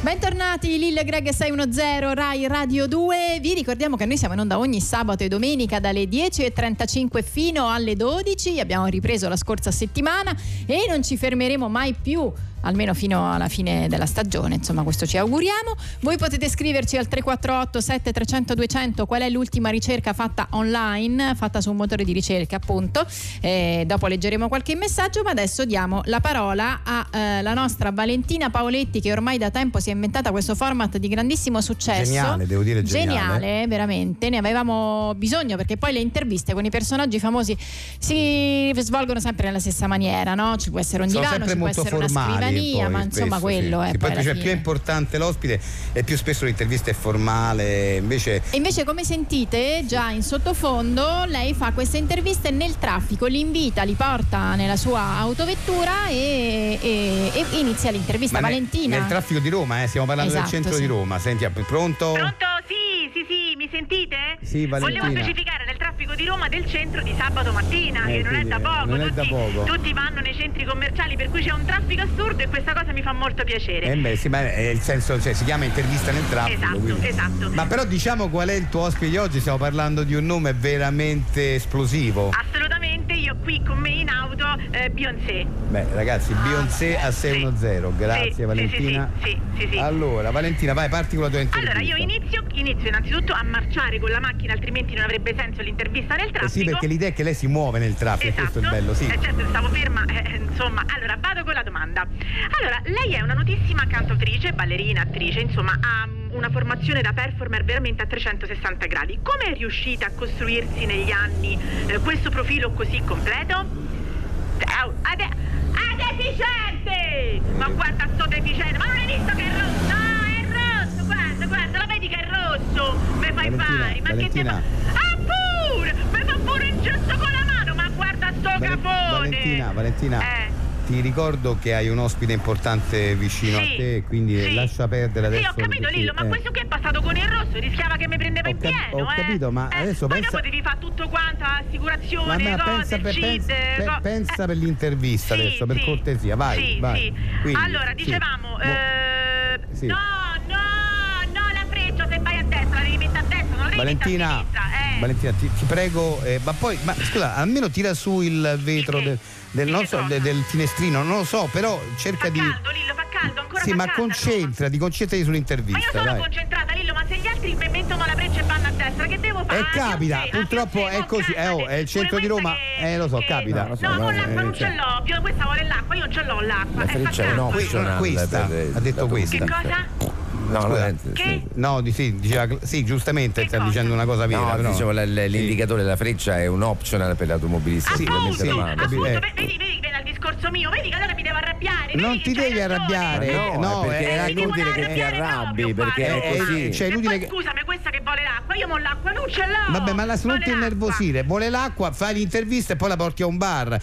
Speaker 3: Bentornati Lille Greg 610 Rai Radio 2. Vi ricordiamo che noi siamo in onda ogni sabato e domenica dalle 10.35 fino alle 12. Abbiamo ripreso la scorsa settimana e non ci fermeremo mai più, almeno fino alla fine della stagione. Insomma, questo ci auguriamo. Voi potete scriverci al 348 7300 200 qual è l'ultima ricerca fatta online, fatta su un motore di ricerca, appunto. Eh, dopo leggeremo qualche messaggio, ma adesso diamo la parola alla nostra Valentina Paoletti che ormai da tempo si è inventata questo format di grandissimo successo.
Speaker 4: Geniale, devo dire geniale.
Speaker 3: Geniale, veramente, ne avevamo bisogno perché poi le interviste con i personaggi famosi si svolgono sempre nella stessa maniera, no? Ci può essere un
Speaker 4: Sono
Speaker 3: divano,
Speaker 4: sempre
Speaker 3: ci può
Speaker 4: molto
Speaker 3: essere una
Speaker 4: formali. eh,
Speaker 3: scrivania,
Speaker 4: poi,
Speaker 3: ma insomma
Speaker 4: spesso,
Speaker 3: quello
Speaker 4: sì.
Speaker 3: è poi
Speaker 4: Sì, poi
Speaker 3: alla
Speaker 4: cioè,
Speaker 3: fine.
Speaker 4: più è importante l'ospite e più spesso l'intervista è formale, invece
Speaker 3: E Invece, come sentite già in sottofondo, lei fa queste interviste nel traffico, li invita, li porta nella sua autovettura e, e- e inizia l'intervista.
Speaker 4: Ma ne-
Speaker 3: Valentina.
Speaker 4: Nel traffico di Roma, eh, stiamo parlando
Speaker 3: Esatto,
Speaker 4: del centro
Speaker 3: sì.
Speaker 4: di Roma. Senti, pronto?
Speaker 6: Pronto? Sì, sì, sì, mi sentite?
Speaker 4: Sì, Valentina.
Speaker 6: Volevo specificare nel traffico di Roma del centro di sabato mattina,
Speaker 4: Eh,
Speaker 6: che non è
Speaker 4: quindi
Speaker 6: da poco.
Speaker 4: non è
Speaker 6: tutti,
Speaker 4: da poco.
Speaker 6: tutti vanno nei centri commerciali, per cui c'è un traffico assurdo e questa cosa mi fa molto piacere.
Speaker 4: Eh beh, sì, ma è il senso, cioè, si chiama intervista nel traffico.
Speaker 6: Esatto,
Speaker 4: Eh, quindi.
Speaker 6: esatto.
Speaker 4: Ma però diciamo qual è il tuo ospite di oggi, stiamo parlando di un nome veramente esplosivo.
Speaker 3: Ah.
Speaker 6: Assolutamente, io qui con me in auto eh, Beyoncé.
Speaker 4: Beh, ragazzi, Beyoncé
Speaker 3: Ah,
Speaker 4: a 610, grazie
Speaker 6: Sì, sì,
Speaker 4: Valentina.
Speaker 6: sì, sì, sì, sì, sì.
Speaker 4: Allora, Valentina, vai, parti con la tua intervista.
Speaker 6: Allora, io inizio, inizio innanzitutto a marciare con la macchina, altrimenti non avrebbe senso l'intervista nel traffico.
Speaker 4: Eh sì, perché l'idea è che lei si muove nel traffico, questo è il bello, sì.
Speaker 6: Eh, certo, stavo ferma, eh, insomma. Allora, vado con la domanda. Allora, lei è una notissima cantautrice, ballerina, attrice, insomma, ha mm, una formazione da performer veramente a 360 gradi. Come è riuscita a costruirsi negli anni eh, questo profilo così completo? Au, ade- ah, deficiente! Ma guarda sto deficiente, ma non hai visto che è rosso? Ah, è rosso, guarda, guarda, lo vedi che è rosso! Me fai
Speaker 4: Valentina,
Speaker 6: fare, ma
Speaker 4: Valentina.
Speaker 6: che te fa... Ah, pure! Mi fa pure un gesto con la mano, ma guarda sto
Speaker 4: Valen-
Speaker 6: capone!
Speaker 4: Valentina, Valentina.
Speaker 6: Eh.
Speaker 4: Ti ricordo che hai un ospite importante vicino
Speaker 6: Sì,
Speaker 4: a te, quindi
Speaker 6: sì.
Speaker 4: lascia perdere adesso.
Speaker 6: Sì, ho capito
Speaker 4: perché-
Speaker 6: Lillo, ma
Speaker 4: eh.
Speaker 6: questo qui è passato con il rosso, rischiava che mi prendeva
Speaker 4: Ho
Speaker 6: in
Speaker 4: cap-
Speaker 6: pieno,
Speaker 4: ho
Speaker 6: eh.
Speaker 4: capito, ma
Speaker 6: Eh,
Speaker 4: adesso
Speaker 6: poi
Speaker 4: pensa-
Speaker 6: dopo devi fare tutto quanto,
Speaker 4: Ma,
Speaker 6: assicurazione,
Speaker 4: ma
Speaker 6: cose,
Speaker 4: pensa, per,
Speaker 6: cheat,
Speaker 4: pensa- per-
Speaker 6: co-
Speaker 4: pensa
Speaker 6: eh.
Speaker 4: per l'intervista
Speaker 6: Sì,
Speaker 4: adesso, per
Speaker 6: sì.
Speaker 4: cortesia, vai.
Speaker 6: Sì,
Speaker 4: vai.
Speaker 6: sì.
Speaker 4: Quindi,
Speaker 6: allora,
Speaker 4: sì.
Speaker 6: dicevamo,
Speaker 4: Boh.
Speaker 6: eh,
Speaker 4: Sì.
Speaker 6: no, no, no, la freccia, se vai a destra, la devi mettere a destra, non la devi mettere a
Speaker 4: Valentina,
Speaker 6: sinistra. Eh.
Speaker 4: Valentina, ti, ti prego, eh, ma poi, ma scusa, almeno tira su il vetro
Speaker 6: Di che?
Speaker 4: del, del-
Speaker 6: Di
Speaker 4: non
Speaker 6: che
Speaker 4: so,
Speaker 6: cosa?
Speaker 4: de- del finestrino, non lo so, però cerca
Speaker 6: Fa
Speaker 4: di.
Speaker 6: caldo, Lillo, fa caldo, ancora
Speaker 4: sì,
Speaker 6: fa
Speaker 4: ma
Speaker 6: caldo,
Speaker 4: concentrati, concentrati
Speaker 6: Ma io
Speaker 4: sull'intervista,
Speaker 6: sono
Speaker 4: dai.
Speaker 6: concentrata, Lillo, ma se gli altri mi mettono la freccia e vanno a destra, che devo fare?
Speaker 4: Eh,
Speaker 6: Ah,
Speaker 4: capita,
Speaker 6: Beyoncé, ah,
Speaker 4: purtroppo
Speaker 6: Beyoncé,
Speaker 4: è
Speaker 6: oh,
Speaker 4: così, eh, oh, è il
Speaker 6: calmati.
Speaker 4: centro di
Speaker 6: Pure
Speaker 4: Roma,
Speaker 6: questa
Speaker 4: eh, lo so,
Speaker 6: che-
Speaker 4: capita.
Speaker 6: No,
Speaker 4: Lo so,
Speaker 6: con
Speaker 4: guarda,
Speaker 6: l'acqua
Speaker 4: eh,
Speaker 6: non ce
Speaker 4: cioè-
Speaker 6: l'ho, io- questa vuole l'acqua, io non ce l'ho
Speaker 5: La
Speaker 6: l'acqua. eh, fa
Speaker 5: freccia è
Speaker 6: caldo.
Speaker 5: un
Speaker 4: Qui-
Speaker 5: optional.
Speaker 4: questa,
Speaker 5: per-
Speaker 4: ha detto
Speaker 5: la
Speaker 4: questa.
Speaker 6: Che cosa?
Speaker 5: No,
Speaker 4: Scusa.
Speaker 5: non è-
Speaker 6: Che?
Speaker 4: No, di- sì, diceva, sì, giustamente
Speaker 6: Che
Speaker 4: sta
Speaker 6: cosa?
Speaker 4: dicendo una cosa vera,
Speaker 5: No,
Speaker 4: però.
Speaker 5: dicevo, l- l-
Speaker 4: Sì.
Speaker 5: diciamo, l'indicatore della freccia è un optional per l'automobilista.
Speaker 4: Sì,
Speaker 5: per
Speaker 6: appunto,
Speaker 5: mettere la
Speaker 4: sì,
Speaker 5: mano.
Speaker 6: appunto,
Speaker 4: Eh.
Speaker 6: ve- vedi, vedi che viene al discorso mio, vedi che allora mi devo arrabbiare. vedi
Speaker 4: Non
Speaker 6: che
Speaker 4: ti
Speaker 6: c'hai
Speaker 4: devi
Speaker 6: ragione.
Speaker 4: arrabbiare,
Speaker 5: Ma no,
Speaker 4: no,
Speaker 5: è perché
Speaker 4: eh,
Speaker 5: era
Speaker 6: mi devo
Speaker 5: inutile che ti
Speaker 6: arrabbiare
Speaker 5: arrabbi,
Speaker 6: proprio,
Speaker 5: perché
Speaker 6: guarda.
Speaker 5: è
Speaker 4: Eh,
Speaker 5: così.
Speaker 4: cioè, è
Speaker 6: E
Speaker 4: inutile
Speaker 6: poi,
Speaker 4: che-
Speaker 6: Scusami, questa che vuole l'acqua, io mo l'acqua non ce l'ho.
Speaker 4: Vabbè, ma la se non
Speaker 6: Vuole
Speaker 4: ti
Speaker 6: l'acqua.
Speaker 4: innervosire, vuole l'acqua, fai l'intervista e poi la porti a un bar. Eh, eh,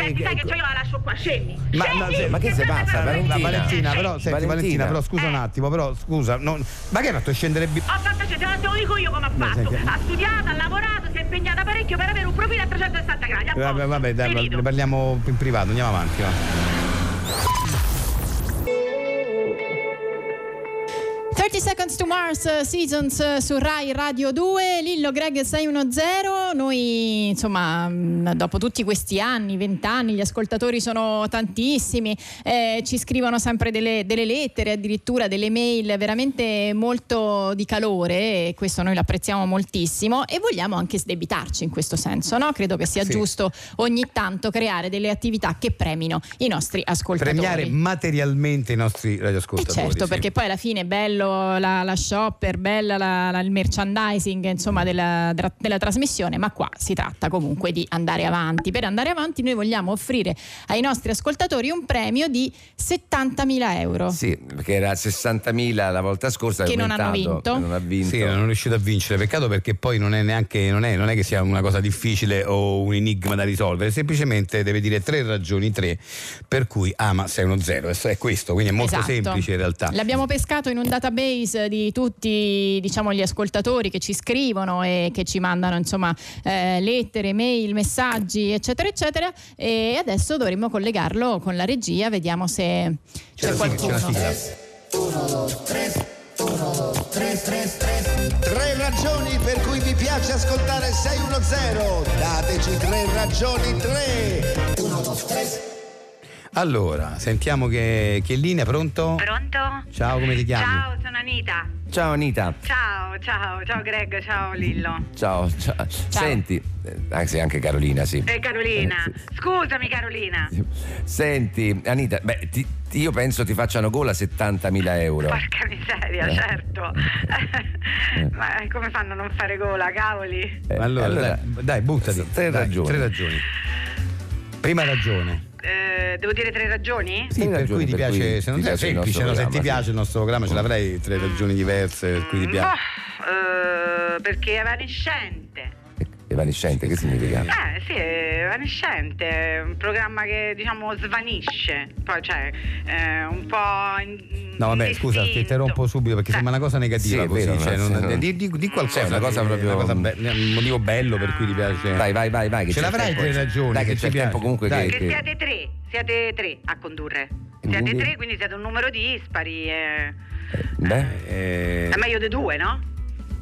Speaker 6: Senti, sai
Speaker 4: eh,
Speaker 6: che cioè io la lascio qua, scendi.
Speaker 4: Ma-
Speaker 6: scendi,
Speaker 4: no, se- ma che
Speaker 5: sei
Speaker 6: stai
Speaker 5: pazza,
Speaker 6: facendo?
Speaker 5: Valentina?
Speaker 4: La Valentina, però,
Speaker 6: Scendi.
Speaker 4: senti, Valentina.
Speaker 5: Valentina,
Speaker 4: però scusa un attimo, però scusa, non- ma che hai fatto scendere Bi-
Speaker 6: Ho fatto, cioè, te lo- te lo dico io come ha
Speaker 4: Ma
Speaker 6: fatto.
Speaker 4: sai che-
Speaker 6: Ha studiato, ha lavorato, si è impegnata parecchio per avere un profilo a 360 gradi. a
Speaker 4: Eh, Vabbè,
Speaker 6: posto.
Speaker 4: vabbè, dai, va-
Speaker 6: Finito.
Speaker 4: ne parliamo in privato, andiamo avanti. va.
Speaker 3: Sì. 30 Seconds to Mars eh, Seasons eh, su Rai Radio 2, Lillo Greg 610. Noi, insomma, mh, dopo tutti questi anni, vent'anni, gli ascoltatori sono tantissimi, eh, ci scrivono sempre delle, delle lettere, addirittura delle mail veramente molto di calore e questo noi l'apprezziamo moltissimo e vogliamo anche sdebitarci in questo senso, no? Credo che sia
Speaker 4: Sì.
Speaker 3: giusto ogni tanto creare delle attività che premino i nostri ascoltatori.
Speaker 4: Premiare materialmente i nostri
Speaker 3: Eh
Speaker 4: radioascoltatori.
Speaker 3: certo,
Speaker 4: sì.
Speaker 3: perché poi alla fine è bello la, la shopper, bella la- la- il merchandising insomma, della, dra- della trasmissione, ma qua si tratta comunque di andare avanti. Per andare avanti noi vogliamo offrire ai nostri ascoltatori un premio di 70.000 euro.
Speaker 5: Sì, perché era 60.000 la volta scorsa. è
Speaker 3: Che non hanno
Speaker 5: aumentato,
Speaker 3: vinto.
Speaker 5: Non ha vinto.
Speaker 4: Sì, non è riuscito a vincere, peccato perché poi non è neanche non è, non è che sia una cosa difficile o un enigma da risolvere, semplicemente deve dire tre ragioni, tre, per cui ama 610, Adesso è questo, quindi è molto
Speaker 3: Esatto.
Speaker 4: semplice in realtà.
Speaker 3: L'abbiamo pescato in un database di tutti diciamo, gli ascoltatori che ci scrivono e che ci mandano insomma, eh, lettere, mail, messaggi, eccetera, eccetera. E adesso dovremmo collegarlo con la regia, vediamo se c'è,
Speaker 4: la sigla, c'è la
Speaker 3: qualcuno.
Speaker 4: sigla.
Speaker 2: Tre ragioni per cui vi piace ascoltare 610. Dateci tre ragioni, tre.
Speaker 4: Allora, sentiamo che, che linea, pronto?
Speaker 6: Pronto?
Speaker 4: Ciao, come ti chiami?
Speaker 6: Ciao, sono Anita.
Speaker 5: Ciao Anita.
Speaker 6: Ciao, ciao, ciao Greg, ciao Lillo.
Speaker 5: Ciao, ciao. Senti, eh, anzi anche Carolina, sì.
Speaker 6: E Carolina,
Speaker 5: Eh, sì.
Speaker 6: scusami Carolina.
Speaker 5: Senti, Anita, beh, ti- ti- io penso ti facciano gola 70.000 euro.
Speaker 6: Porca miseria,
Speaker 5: Eh.
Speaker 6: certo.
Speaker 5: Eh.
Speaker 6: Ma come fanno a non fare gola, cavoli?
Speaker 5: Eh,
Speaker 4: allora, dai, dai, buttati.
Speaker 5: Tre
Speaker 4: Dai,
Speaker 5: ragioni.
Speaker 4: Tre ragioni. Prima ragione.
Speaker 6: Eh, devo dire tre ragioni?
Speaker 4: Sì,
Speaker 5: Tre
Speaker 4: per
Speaker 5: ragioni
Speaker 4: cui ti
Speaker 5: per
Speaker 4: piace,
Speaker 5: cui
Speaker 4: se non
Speaker 5: ti
Speaker 4: è
Speaker 5: piace il
Speaker 4: semplice,
Speaker 5: nostro
Speaker 4: no? se ti
Speaker 5: programma,
Speaker 4: piace
Speaker 5: sì.
Speaker 4: il nostro programma ce l'avrai eh,
Speaker 6: Mm, boh,
Speaker 4: tre ragioni diverse per cui ti piace.
Speaker 6: No, eh, perché è evanescente.
Speaker 8: Evanescente, che significa?
Speaker 9: Eh sì, è evanescente, è un programma che diciamo svanisce, poi cioè è un po'... in-
Speaker 4: No, vabbè, scusa, ti
Speaker 9: indistinto.
Speaker 4: interrompo subito perché
Speaker 9: Eh,
Speaker 4: sembra una cosa negativa
Speaker 8: Sì, è
Speaker 4: così.
Speaker 8: vero,
Speaker 4: cioè,
Speaker 8: no,
Speaker 4: non-
Speaker 8: sì, no.
Speaker 4: di, di- di qualcosa.
Speaker 8: Sì, è una cosa
Speaker 4: che-
Speaker 8: proprio-
Speaker 4: una cosa be- un motivo bello per cui ti piace.
Speaker 8: Vai, vai, vai, vai. che
Speaker 4: Ce
Speaker 8: c'è il
Speaker 4: l'avrai
Speaker 8: tempo.
Speaker 4: tre ragioni,
Speaker 8: Dai, che,
Speaker 4: che
Speaker 8: c'è il
Speaker 4: ci
Speaker 8: tempo
Speaker 4: piace.
Speaker 8: comunque
Speaker 4: Dai.
Speaker 8: che.
Speaker 9: Che
Speaker 8: che-
Speaker 9: siete tre, siete tre a condurre. Siete
Speaker 8: Quindi?
Speaker 9: tre, quindi siete un numero dispari. eh.
Speaker 8: Beh,
Speaker 4: Eh,
Speaker 9: È meglio dei due, no?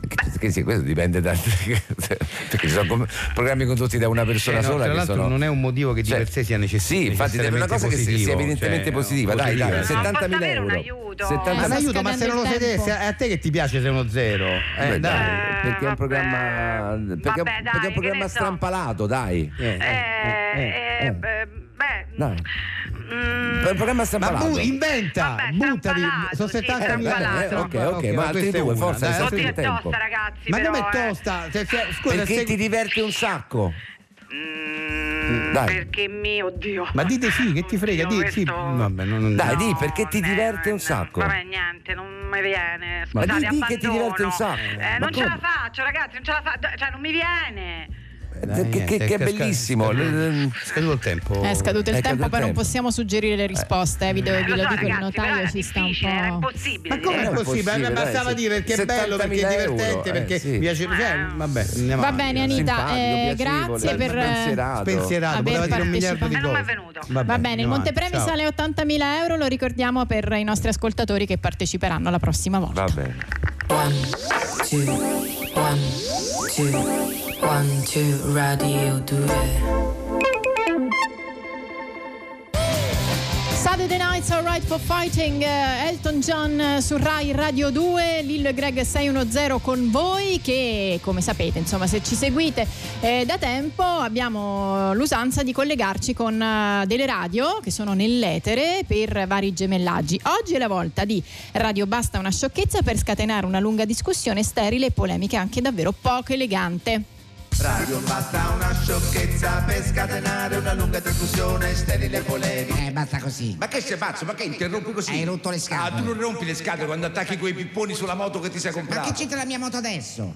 Speaker 8: che- che sì, questo dipende da. perché ci sono com- programmi condotti da una persona
Speaker 4: eh, no,
Speaker 8: sola.
Speaker 4: tra
Speaker 8: che
Speaker 4: l'altro
Speaker 8: sono-
Speaker 4: non è un motivo che di
Speaker 8: Cioè,
Speaker 4: per sé sia necessario.
Speaker 8: Sì, infatti deve una cosa che
Speaker 4: cioè.
Speaker 8: sia evidentemente positiva. Dai, dai,
Speaker 9: positiva.
Speaker 8: 70.000
Speaker 9: Posso avere un
Speaker 8: euro.
Speaker 9: aiuto?
Speaker 4: Ma
Speaker 3: Ma
Speaker 4: un
Speaker 8: 70.000
Speaker 4: aiuto, ma se non lo
Speaker 3: scadendo il
Speaker 4: sedesse,
Speaker 3: tempo.
Speaker 4: a te che ti piace sei uno zero? Eh, dai.
Speaker 8: Beh, dai, perché è un
Speaker 9: Eh,
Speaker 8: programma,
Speaker 9: vabbè,
Speaker 8: perché è un-
Speaker 9: vabbè,
Speaker 8: perché è
Speaker 9: dai,
Speaker 8: un
Speaker 9: che
Speaker 8: programma
Speaker 9: ne so.
Speaker 8: strampalato, dai.
Speaker 4: Eh, eh, eh,
Speaker 9: Eh,
Speaker 4: eh.
Speaker 9: eh, beh,
Speaker 8: Dai.
Speaker 9: mm,
Speaker 8: È un programma
Speaker 4: Ma
Speaker 8: strampalato.
Speaker 4: bu- inventa,
Speaker 9: Vabbè,
Speaker 4: buttali,
Speaker 9: strampalato,
Speaker 4: sono
Speaker 9: sì,
Speaker 4: 70
Speaker 9: strampalato. Eh,
Speaker 8: ok, ok, ma altri
Speaker 4: questa è
Speaker 8: due,
Speaker 4: una,
Speaker 8: forza,
Speaker 4: dai,
Speaker 8: nel
Speaker 9: mm, Oddio,
Speaker 8: senso-
Speaker 9: è
Speaker 4: altri-
Speaker 8: tempo.
Speaker 9: tosta, ragazzi.
Speaker 4: Ma
Speaker 9: però,
Speaker 4: come è
Speaker 9: eh.
Speaker 4: tosta? Se- se- scusa,
Speaker 8: perché
Speaker 4: se-
Speaker 8: ti diverti un sacco.
Speaker 9: Mm,
Speaker 8: Dai.
Speaker 9: Perché mi, oddio.
Speaker 4: Ma dite sì, che ti frega,
Speaker 9: Oddio,
Speaker 4: di sì.
Speaker 9: questo-
Speaker 4: Vabbè, non- non-
Speaker 8: Dai, di, perché ti
Speaker 9: ne-
Speaker 8: diverte un
Speaker 9: ne-
Speaker 8: sacco.
Speaker 9: Vabbè, niente, non mi viene.
Speaker 8: Ma
Speaker 9: Scusate,
Speaker 8: di- di che ti
Speaker 9: abbandono.
Speaker 8: diverte un sacco. Ma
Speaker 9: Eh, non ce
Speaker 8: come?
Speaker 9: la faccio, ragazzi, non ce la faccio. Cioè, non mi viene.
Speaker 8: Che- che- che- che è bellissimo.
Speaker 4: È scaduto il tempo.
Speaker 3: Eh, È scaduto il tempo,
Speaker 8: È caduto il
Speaker 3: però non
Speaker 8: tempo.
Speaker 3: possiamo suggerire le risposte, eh, vi, devo,
Speaker 9: Eh,
Speaker 3: vi
Speaker 9: lo
Speaker 3: lo
Speaker 9: so,
Speaker 3: dico il
Speaker 9: ragazzi, però
Speaker 3: notaio
Speaker 9: era
Speaker 3: ci sta un
Speaker 9: difficile, era
Speaker 3: po'.
Speaker 9: impossibile.
Speaker 4: Ma com'è
Speaker 8: Eh,
Speaker 9: direi.
Speaker 4: possibile?
Speaker 8: possibile, dai,
Speaker 4: Bastava
Speaker 8: sì.
Speaker 4: dire perché è bello, perché è
Speaker 8: 70.000
Speaker 4: divertente,
Speaker 8: euro, eh,
Speaker 4: perché
Speaker 8: sì.
Speaker 4: mi piace. cioè, vabbè, andiamo
Speaker 3: Va
Speaker 4: avanti.
Speaker 3: Ah. bene, Anita, eh,
Speaker 8: Simpatico,
Speaker 3: grazie per.
Speaker 8: piacevole,
Speaker 3: eh,
Speaker 8: spensierato.
Speaker 4: Spensierato,
Speaker 3: Vabbè,
Speaker 4: voleva dire un miliardo di
Speaker 9: Eh,
Speaker 4: cose.
Speaker 9: non mi è venuto.
Speaker 3: Va bene, il
Speaker 4: andiamo avanti,
Speaker 3: Montepremi
Speaker 4: ciao.
Speaker 3: sale a 80.000 euro, lo ricordiamo per i nostri ascoltatori che parteciperanno la prossima volta.
Speaker 8: Va bene.
Speaker 1: One, two, one, two, one, two, radio 2.
Speaker 3: Saturday Nights All Right for Fighting, eh, Elton John eh, su Rai Radio 2, Lil Greg 610 con voi che come sapete insomma se ci seguite eh, da tempo abbiamo l'usanza di collegarci con eh, delle radio che sono nell'etere per vari gemellaggi. Oggi è la volta di Radio Basta una sciocchezza per scatenare una lunga discussione sterile e polemica anche davvero poco elegante.
Speaker 5: Radio basta una sciocchezza per scatenare una lunga discussione sterile e polemica.
Speaker 10: Eh, basta così.
Speaker 5: Ma che sei pazzo? Ma che interrompi così?
Speaker 10: Hai rotto le scatole.
Speaker 5: Ah, tu non rompi le scatole quando attacchi quei pipponi sulla moto che ti sei
Speaker 10: Ma
Speaker 5: comprato.
Speaker 10: che c'entra la mia moto adesso?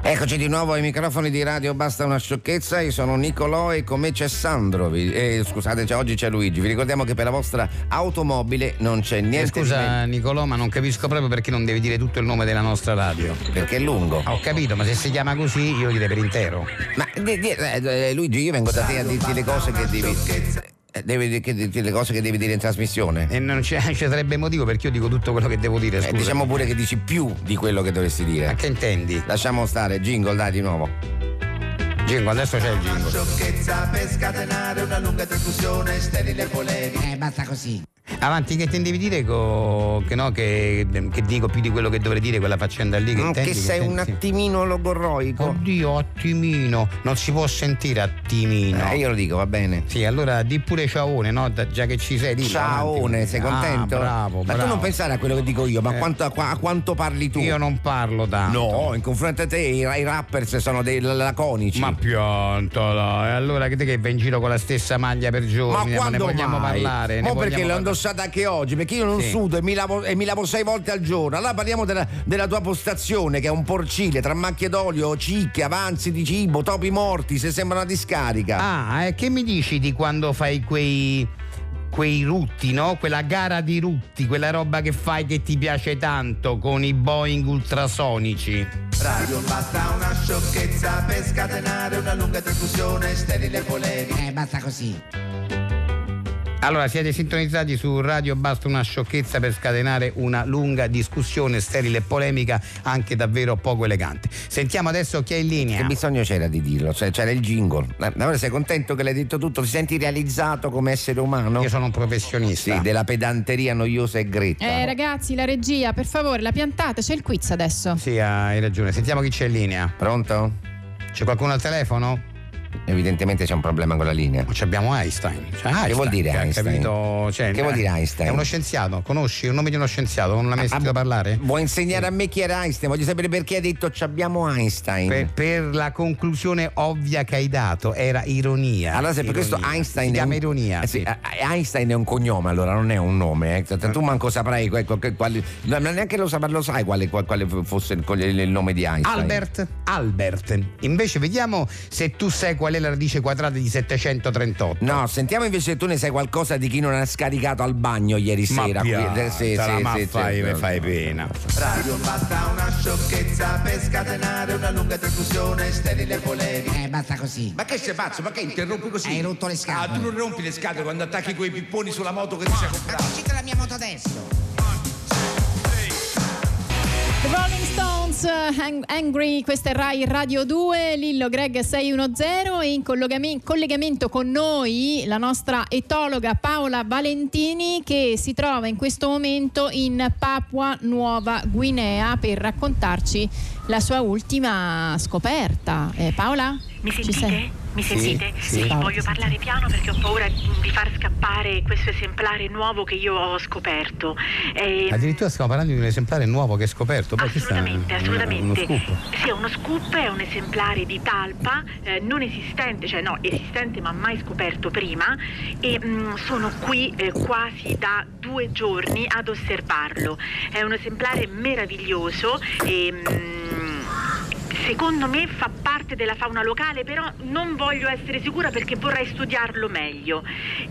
Speaker 8: Eccoci di nuovo ai microfoni di Radio Basta una sciocchezza, io sono Nicolò e con me c'è Sandro, Vi- eh, scusate c'è- oggi c'è Luigi, vi ricordiamo che per la vostra automobile non c'è
Speaker 4: Eh,
Speaker 8: niente di meglio,
Speaker 4: Scusa Nicolò, ma non capisco proprio perché non devi dire tutto il nome della nostra radio.
Speaker 8: perché è lungo.
Speaker 4: Ah, Ho capito, ma se si chiama così io lo direi per intero.
Speaker 8: Ma di- di- eh, eh, Luigi io vengo da te a dirti le cose che devi... eh, devi- che dirti le cose che devi dire in trasmissione.
Speaker 4: E non c'è, ci sarebbe motivo perché io dico tutto quello che devo dire,
Speaker 8: Eh,
Speaker 4: Eh, scusa.
Speaker 8: diciamo pure che dici più di quello che dovresti
Speaker 4: Ma
Speaker 8: dire.
Speaker 4: che intendi?
Speaker 8: Lasciamo stare, jingle dai di nuovo.
Speaker 4: Jingo, adesso c'è il jingo.
Speaker 10: Eh, basta così.
Speaker 4: Avanti, che intendi dire co- che no, che, che dico più di quello che dovrei dire quella faccenda lì che
Speaker 8: Mm,
Speaker 4: intendi?
Speaker 8: Che Oh, sei un
Speaker 4: intendi?
Speaker 8: attimino logorroico.
Speaker 4: Oddio, attimino, non si può sentire attimino.
Speaker 8: Eh, io lo dico, va bene.
Speaker 4: Sì, allora di pure ciaone, no? Da- già che ci sei, di
Speaker 8: Ciaone, sei contento?
Speaker 4: Ah, bravo,
Speaker 8: Ma
Speaker 4: bravo.
Speaker 8: tu non pensare a quello che dico io, ma
Speaker 4: Eh.
Speaker 8: quanto- a, qua- a quanto parli tu?
Speaker 4: Io non parlo tanto.
Speaker 8: No, in confronto a te i, i rappers sono dei l- laconici.
Speaker 4: Ma piantola, e allora che te che vai in giro con la stessa maglia per
Speaker 8: Ma
Speaker 4: giorni? ne
Speaker 8: quando
Speaker 4: vogliamo
Speaker 8: mai?
Speaker 4: parlare? ne
Speaker 8: Mo
Speaker 4: vogliamo
Speaker 8: perché l'ho
Speaker 4: parlare.
Speaker 8: indossata anche oggi, perché io non
Speaker 4: Sì.
Speaker 8: sudo e mi, lavo, e mi lavo sei volte al giorno. Allora parliamo della, della tua postazione, che è un porcile tra macchie d'olio, cicche, avanzi di cibo, topi morti, se sembra una discarica.
Speaker 4: Ah, e che mi dici di quando fai quei quei rutti, no? Quella gara di rutti, quella roba che fai che ti piace tanto con i Boeing ultrasonici.
Speaker 10: Eh, basta così.
Speaker 4: Allora, siete sintonizzati su Radio Basta una sciocchezza per scatenare una lunga discussione sterile e polemica, anche davvero poco elegante. Sentiamo adesso chi è in
Speaker 8: Che
Speaker 4: linea.
Speaker 8: bisogno c'era di dirlo? Cioè, c'era il jingle. Ma Ora sei contento che l'hai detto tutto? Ti senti realizzato come essere umano? Ah.
Speaker 4: Io sono un professionista.
Speaker 8: Sì, della pedanteria noiosa e gretta.
Speaker 3: Eh ragazzi, la regia, per favore, la piantate, c'è il quiz adesso.
Speaker 4: Sì, hai ragione. Sentiamo chi c'è in linea.
Speaker 8: Pronto?
Speaker 4: C'è qualcuno al telefono?
Speaker 5: Evidentemente c'è un problema con la linea.
Speaker 4: Ma ci abbiamo Einstein. Cioè, Einstein,
Speaker 5: Ah, vuol dire
Speaker 4: cioè,
Speaker 5: Einstein?
Speaker 4: Capito? Cioè,
Speaker 5: Che vuol dire Einstein? Ah,
Speaker 4: È uno scienziato, conosci il nome di uno scienziato, non l'hai mai sentito parlare?
Speaker 5: Vuoi insegnare a me chi era Einstein? Voglio sapere perché hai detto ci abbiamo Einstein.
Speaker 4: Per, per la conclusione ovvia che hai dato, era ironia.
Speaker 5: Allora, se per
Speaker 4: Ironia.
Speaker 5: questo Einstein.
Speaker 4: Si
Speaker 5: è
Speaker 4: chiama
Speaker 5: un-
Speaker 4: ironia.
Speaker 5: Eh sì, eh, Einstein è un cognome, allora non è un nome. eh. Tu manco saprai que- que- que- quali- no, non neanche lo, sa- lo sai quale, qual- quale fosse il, il- il nome di Einstein.
Speaker 4: Albert, Albert. Invece vediamo se tu sai qual è la radice quadrata di 738.
Speaker 5: No, sentiamo invece se tu ne sai qualcosa di chi non ha scaricato al bagno ieri
Speaker 4: Ma
Speaker 5: sera. qui.
Speaker 4: pianta,
Speaker 5: Eh, sì, sì,
Speaker 4: ma
Speaker 5: sì, certo.
Speaker 4: fai,
Speaker 5: sì.
Speaker 4: mi fai pena.
Speaker 2: Radio basta una sciocchezza per scatenare una lunga discussione sterile e polemica.
Speaker 8: Eh, basta così.
Speaker 10: Ma che sei pazzo? Ma che interrompi così?
Speaker 8: Hai rotto le scatole.
Speaker 10: Ah, tu non rompi le scatole quando attacchi quei pipponi sulla moto che ti sei
Speaker 8: Ma
Speaker 10: comprato.
Speaker 8: così la mia moto adesso.
Speaker 3: The Rolling Stones, eh, Ang- Angry, questa è Rai Radio 2, Lillo Greg 610 e in collogami- collegamento con noi la nostra etologa Paola Valentini che si trova in questo momento in Papua Nuova Guinea per raccontarci la sua ultima scoperta. Eh, Paola?
Speaker 6: Mi
Speaker 3: ci
Speaker 6: sentite?
Speaker 3: sei?
Speaker 6: Mi sentite?
Speaker 4: sì.
Speaker 3: Paolo, ti
Speaker 6: Voglio parlare piano perché ho paura di far scappare questo esemplare nuovo che io ho scoperto. Eh,
Speaker 4: Addirittura stiamo parlando di un esemplare nuovo che hai scoperto. Poi questa è
Speaker 6: Assolutamente,
Speaker 4: una-
Speaker 6: assolutamente.
Speaker 4: Uno scoop.
Speaker 6: Sì, eh, è uno scoop, è un esemplare di talpa eh, non esistente, cioè no, esistente ma mai scoperto prima e mm, sono qui eh, quasi da due giorni ad osservarlo. È un esemplare meraviglioso e... mm, Secondo me fa parte della fauna locale, però non voglio essere sicura perché vorrei studiarlo meglio.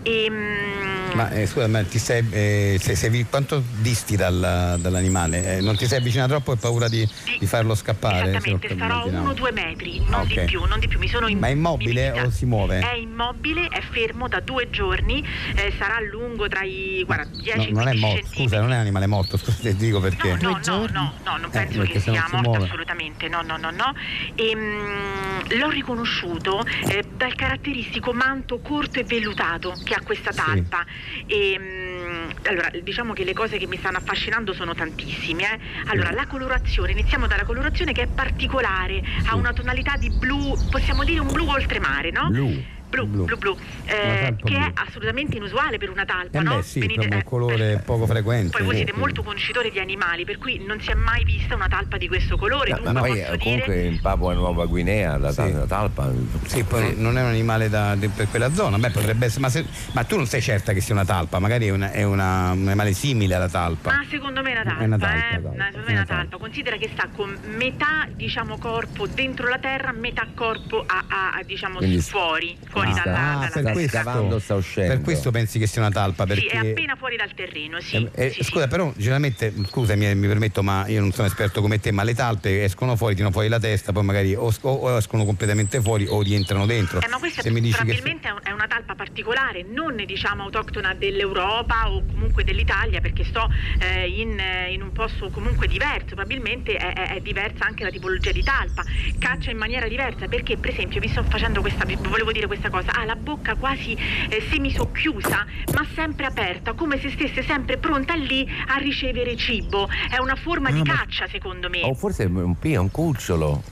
Speaker 6: E, mm,
Speaker 4: Ma eh, scusa, ma ti sei, eh, sei- sei vi- quanto disti dalla- dall'animale? Eh, non ti sei avvicinato troppo e hai paura di, di farlo scappare?
Speaker 6: Esattamente,
Speaker 4: Se ho
Speaker 6: starò
Speaker 4: capito, no.
Speaker 6: uno o due metri, non
Speaker 4: Ok.
Speaker 6: di più, non di più. Mi sono in-
Speaker 4: Ma è immobile
Speaker 6: mi- mi-
Speaker 4: o si muove?
Speaker 6: È immobile, è fermo da due giorni, eh, sarà lungo tra i guarda, 10
Speaker 4: No, non è
Speaker 6: 15
Speaker 4: morto, scusa, non è un animale morto, scusa, ti dico perché.
Speaker 6: No, no,
Speaker 3: Due
Speaker 6: no,
Speaker 3: giorni?
Speaker 6: no, no, non
Speaker 4: Eh,
Speaker 6: penso
Speaker 4: perché
Speaker 6: che
Speaker 4: se
Speaker 6: sia
Speaker 4: non si
Speaker 6: morto
Speaker 4: muove.
Speaker 6: assolutamente, no, no, no, no. Ehm, l'ho riconosciuto eh, dal caratteristico manto corto e vellutato che ha questa talpa. Ehm, allora, diciamo che le cose che mi stanno affascinando sono tantissime. eh. Allora, la colorazione, iniziamo dalla colorazione che è particolare, ha una tonalità di blu, possiamo dire un blu oltremare, no?
Speaker 4: Blu.
Speaker 6: Blu,
Speaker 4: Blu.
Speaker 6: blu, blu, eh,
Speaker 4: Una talpa
Speaker 6: che è
Speaker 4: blu.
Speaker 6: assolutamente inusuale per una talpa,
Speaker 4: Eh
Speaker 6: no?
Speaker 4: beh, sì,
Speaker 6: Venite-
Speaker 4: proprio un
Speaker 6: eh,
Speaker 4: colore poco frequente.
Speaker 6: poi voi siete
Speaker 4: sì.
Speaker 6: molto conoscitori di animali, per cui non si è mai vista una talpa di questo colore.
Speaker 5: No,
Speaker 6: dunque
Speaker 5: ma poi
Speaker 6: posso
Speaker 5: eh, comunque
Speaker 6: dire.
Speaker 5: in Papua Nuova Guinea, la,
Speaker 4: Sì.
Speaker 5: la talpa.
Speaker 8: eh,
Speaker 4: Sì, poi non è un animale da, de- per quella zona, beh potrebbe essere, ma, se- ma tu non sei certa che sia una talpa, magari è, una- è una- un animale simile alla talpa.
Speaker 6: Ma secondo me è una talpa,
Speaker 4: È una talpa,
Speaker 6: eh.
Speaker 4: dai,
Speaker 6: No, Secondo me è una talpa. Considera che sta con metà diciamo, corpo dentro la terra, metà corpo a, a- a, diciamo,
Speaker 5: Quindi-
Speaker 6: fuori, fuori
Speaker 5: Ah,
Speaker 6: dalla,
Speaker 5: ah,
Speaker 6: dalla
Speaker 5: per
Speaker 6: testa.
Speaker 5: questo- scavando, sta uscendo.
Speaker 4: Per questo pensi che sia una talpa?
Speaker 6: Sì,
Speaker 4: Perché...
Speaker 6: è appena fuori dal terreno, sì.
Speaker 4: Eh, eh,
Speaker 6: sì, sì.
Speaker 4: scusa, però generalmente, scusami, eh, mi permetto, ma io non sono esperto come te, ma le talpe escono fuori, tirano fuori la testa, poi magari o, o- o escono completamente fuori o rientrano dentro.
Speaker 6: Eh, ma questa
Speaker 4: Se mi dici che
Speaker 6: probabilmente è un- è una talpa particolare, non diciamo autoctona dell'Europa o comunque dell'Italia, perché sto eh, in, eh, in un posto comunque diverso, probabilmente è, è- è diversa anche la tipologia di talpa, caccia in maniera diversa, perché per esempio vi sto facendo questa, vi volevo dire questa cosa, ha la bocca quasi eh, semisocchiusa, ma sempre aperta, come se stesse sempre pronta lì a ricevere cibo, è una
Speaker 4: Ah,
Speaker 6: forma di
Speaker 5: ma-
Speaker 6: caccia secondo me.
Speaker 5: O forse è un pio, un cucciolo.